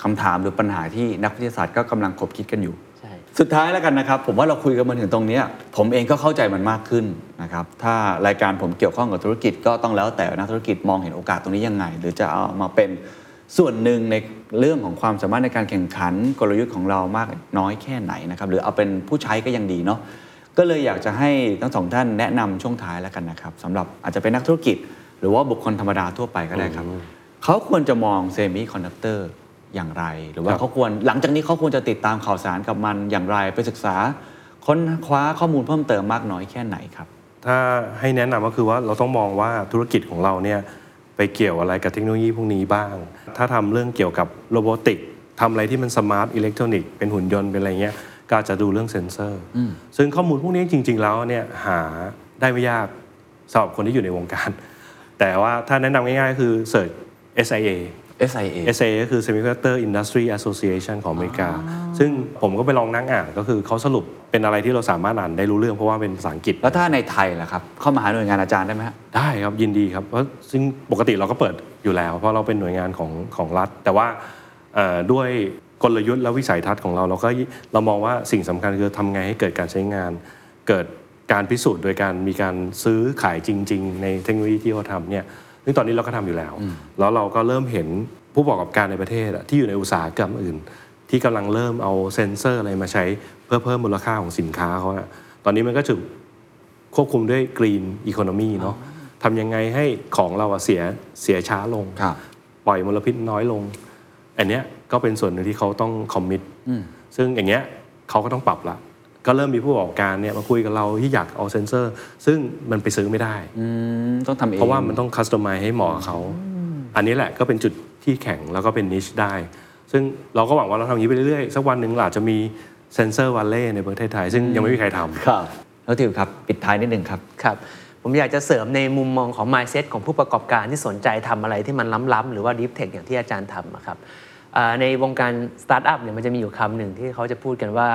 Speaker 4: คำถามหรือปัญหาที่นักวิทยาศาสตร์ก็กำลังคบคิดกันอยู่
Speaker 8: ใช่
Speaker 4: สุดท้ายแล้วกันนะครับ ผมว่าเราคุยกันมาถึงตรงเนี้ยผมเองก็เข้าใจมันมากขึ้นนะครับ ถ้ารายการผมเกี่ยวข้องกับธุรกิจก็ต้องแล้วแต่นักธุรกิจมองเห็นโอกาสตรงนี้ยังไง หรือจะเอามาเป็นส่วนหนึ่งในเรื่องของความสามารถในการแข่งขันกลยุทธ์ของเรามากน้อยแค่ไหนนะครับ หรือเอาเป็นผู้ใช้ก็ยังดีเนาะก็เลยอยากจะให้ทั้งสองท่านแนะนำช่วงท้ายแล้วกันนะครับสำหรับอาจจะเป็นนักธุรกิจ หรือว่าบุคคลธรรมดาทั่วไปก็ได้ครับเขาควรจะมองเซมิคอนดักเตอร์อย่างไร หรือว่า
Speaker 3: ครับ
Speaker 4: เขาควรหลังจากนี้เขาควรจะติดตามข่าวสารกับมันอย่างไรไปศึกษา ค้นคว้าข้อมูลเพิ่มเติมมากน้อยแค่ไหนครับ
Speaker 3: ถ้าให้แนะนำก็คือว่าเราต้องมองว่าธุรกิจของเราเนี่ยไปเกี่ยวอะไรกับเทคโนโลยีพวกนี้บ้าง ถ้าทำเรื่องเกี่ยวกับโรบอติกทำอะไรที่มันสมาร์ทอิเล็กทรอนิกส์เป็นหุ่นยนต์เป็นอะไรเงี้ยก็อาจจะดูเรื่องเซ็นเซอร์ ซึ่งข้อมูลพวกนี้จริง ๆ แล้วเนี่ยหาได้ไม่ยากสำหรับคนที่อยู่ในวงการ แต่ว่าถ้าแนะนำง่ายๆก็คือเสิร์ช SIA
Speaker 4: SIA
Speaker 3: SIA ก็คือ Semiconductor Industry Association ของอเมริกา ซึ่งผมก็ไปลองนั่งอ่านก็คือเขาสรุปเป็นอะไรที่เราสามารถอ่านได้รู้เรื่องเพราะว่าเป็นภาษาอังกฤษ
Speaker 4: แล้วถ้าในไทยล่ะครับ เข้ามาหาหน่วยงานอาจารย์ได้ไหมฮะ
Speaker 3: ได้ครับ ยินดีครับเพราะซึ่งปกติเราก็เปิดอยู่แล้ว เพราะเราเป็นหน่วยงานของของรัฐ แต่ว่าเอ่อด้วยกลยุทธ์และวิสัยทัศน์ของเรา เราก็เรามองว่าสิ่งสำคัญคือทำไงให้เกิดการใช้งาน เกิดการพิสูจน์โดยการมีการซื้อขายจริง ๆ ในเทคโนโลยีที่เขาทำเนี่ยซึ่งตอนนี้เราก็ทำอยู่แล้ว แล้วเราก็เริ่มเห็นผู้ประกอบการในประเทศอะที่อยู่ในอุตสาหกรรมอื่น ที่กำลังเริ่มเอาเซ็นเซอร์อะไรมาใช้เพื่อเพิ่มมูลค่าของสินค้าเขาอะตอนนี้มันก็ถึง ควบคุมด้วยกรีนอีโคโนมีเนาะทำยังไงให้ของเราอะเสียเสียช้าลง
Speaker 4: ครับ
Speaker 3: ปล่อยมลพิษน้อยลง อันเนี้ยก็เป็นส่วนหนึ่งที่เขาต้องคอมมิตซึ่งอย่างเงี้ยเขาก็ต้องปรับละ ก็เริ่มมีผู้ประกอบการเนี่ยมาคุยกับเราที่อยากเอาเซนเซอร์ ซึ่งมันไปซื้อไม่ได้
Speaker 9: อืมต้องทำเอง
Speaker 3: เพราะว่ามันต้องคัสตอมไมให้เหมาะกับเขา อันนี้แหละก็เป็นจุดที่แข็งแล้วก็เป็นนิชได้ ซึ่งเราก็หวังว่าเราทำอย่างนี้ไปเรื่อยๆ สักวันหนึ่งเราอาจจะมีเซนเซอร์วัลเล่ในประเทศไทย ซึ่งยังไม่มีใครทำ
Speaker 4: ครับแล้วทิวครับ ปิดท้ายนิดหนึ่งครับ
Speaker 8: ครับผมอยากจะเสริมในมุมมองของ mindset ของผู้ประกอบการที่สนใจทำอะไรที่มันล้ำๆหรือว่า deep tech อย่างที่อาจารย์ทำอะครับอ่าในวงการสตาร์ทอัพเนี่ยมันจะมีอยู่คำหนึ่งที่เขาจะพูดกันว่า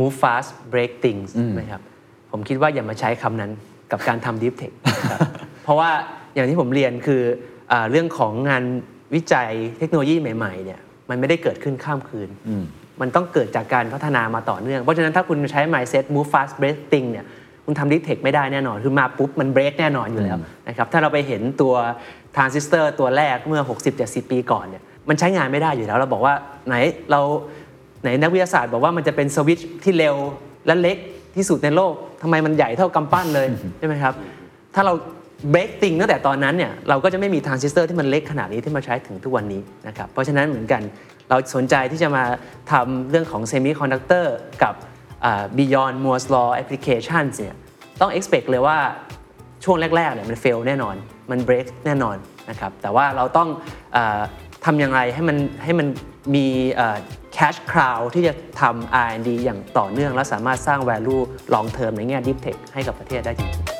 Speaker 8: move fast break things นะครับผมคิดว่าอย่ามาใช้คำนั้นกับการทำ deep tech นะครับ เพราะว่าอย่างที่ผมเรียนคืออาเรื่องของงานวิจัยเทคโนโลยีใหม่ๆเนี่ยมันไม่ได้เกิดขึ้นข้ามคืน มันต้องเกิดจากการพัฒนามาต่อเนื่อง เพราะฉะนั้นถ้าคุณใช้ mindset move fast break things เนี่ย คุณทำดิเทคไม่ได้แน่นอน คือมาปุ๊บ มันเบรกแน่นอนอยู่แล้วนะครับ ถ้าเราไปเห็นตัวทรานซิสเตอร์ตัวแรกเมื่อ 60-70 ปีก่อนเนี่ย มันใช้งานไม่ได้อยู่แล้ว เราบอกว่าไหนเราไหนนักวิทยาศาสตร์บอกว่ามันจะเป็นสวิตช์ที่เร็วและเล็กที่สุดในโลก ทำไมมันใหญ่เท่ากำปั้นเลย ใช่ไหมครับ ถ้าเราเบรกติงตั้งแต่ตอนนั้นเนี่ย เราก็จะไม่มีทรานซิสเตอร์ที่มันเล็กขนาดนี้ที่มาใช้ถึงทุกวันนี้นะครับ เพราะฉะนั้นเหมือนกัน เราสนใจที่จะมาทำเรื่องของเซมิคอนดักเตอร์กับ อ่า Beyond Moore's Law Applications เนี่ยต้อง expect เลยว่าช่วงแรกๆเนี่ยมัน fail แน่นอน มัน break แน่นอนนะครับแต่ว่าเราต้องอาทำอย่างไรให้มันให้มันมีเอ่อ cash cow ที่จะทำ R&D อย่างต่อเนื่อง และสามารถสร้าง value long term ในแง่ deep tech ให้กับประเทศได้จริงๆ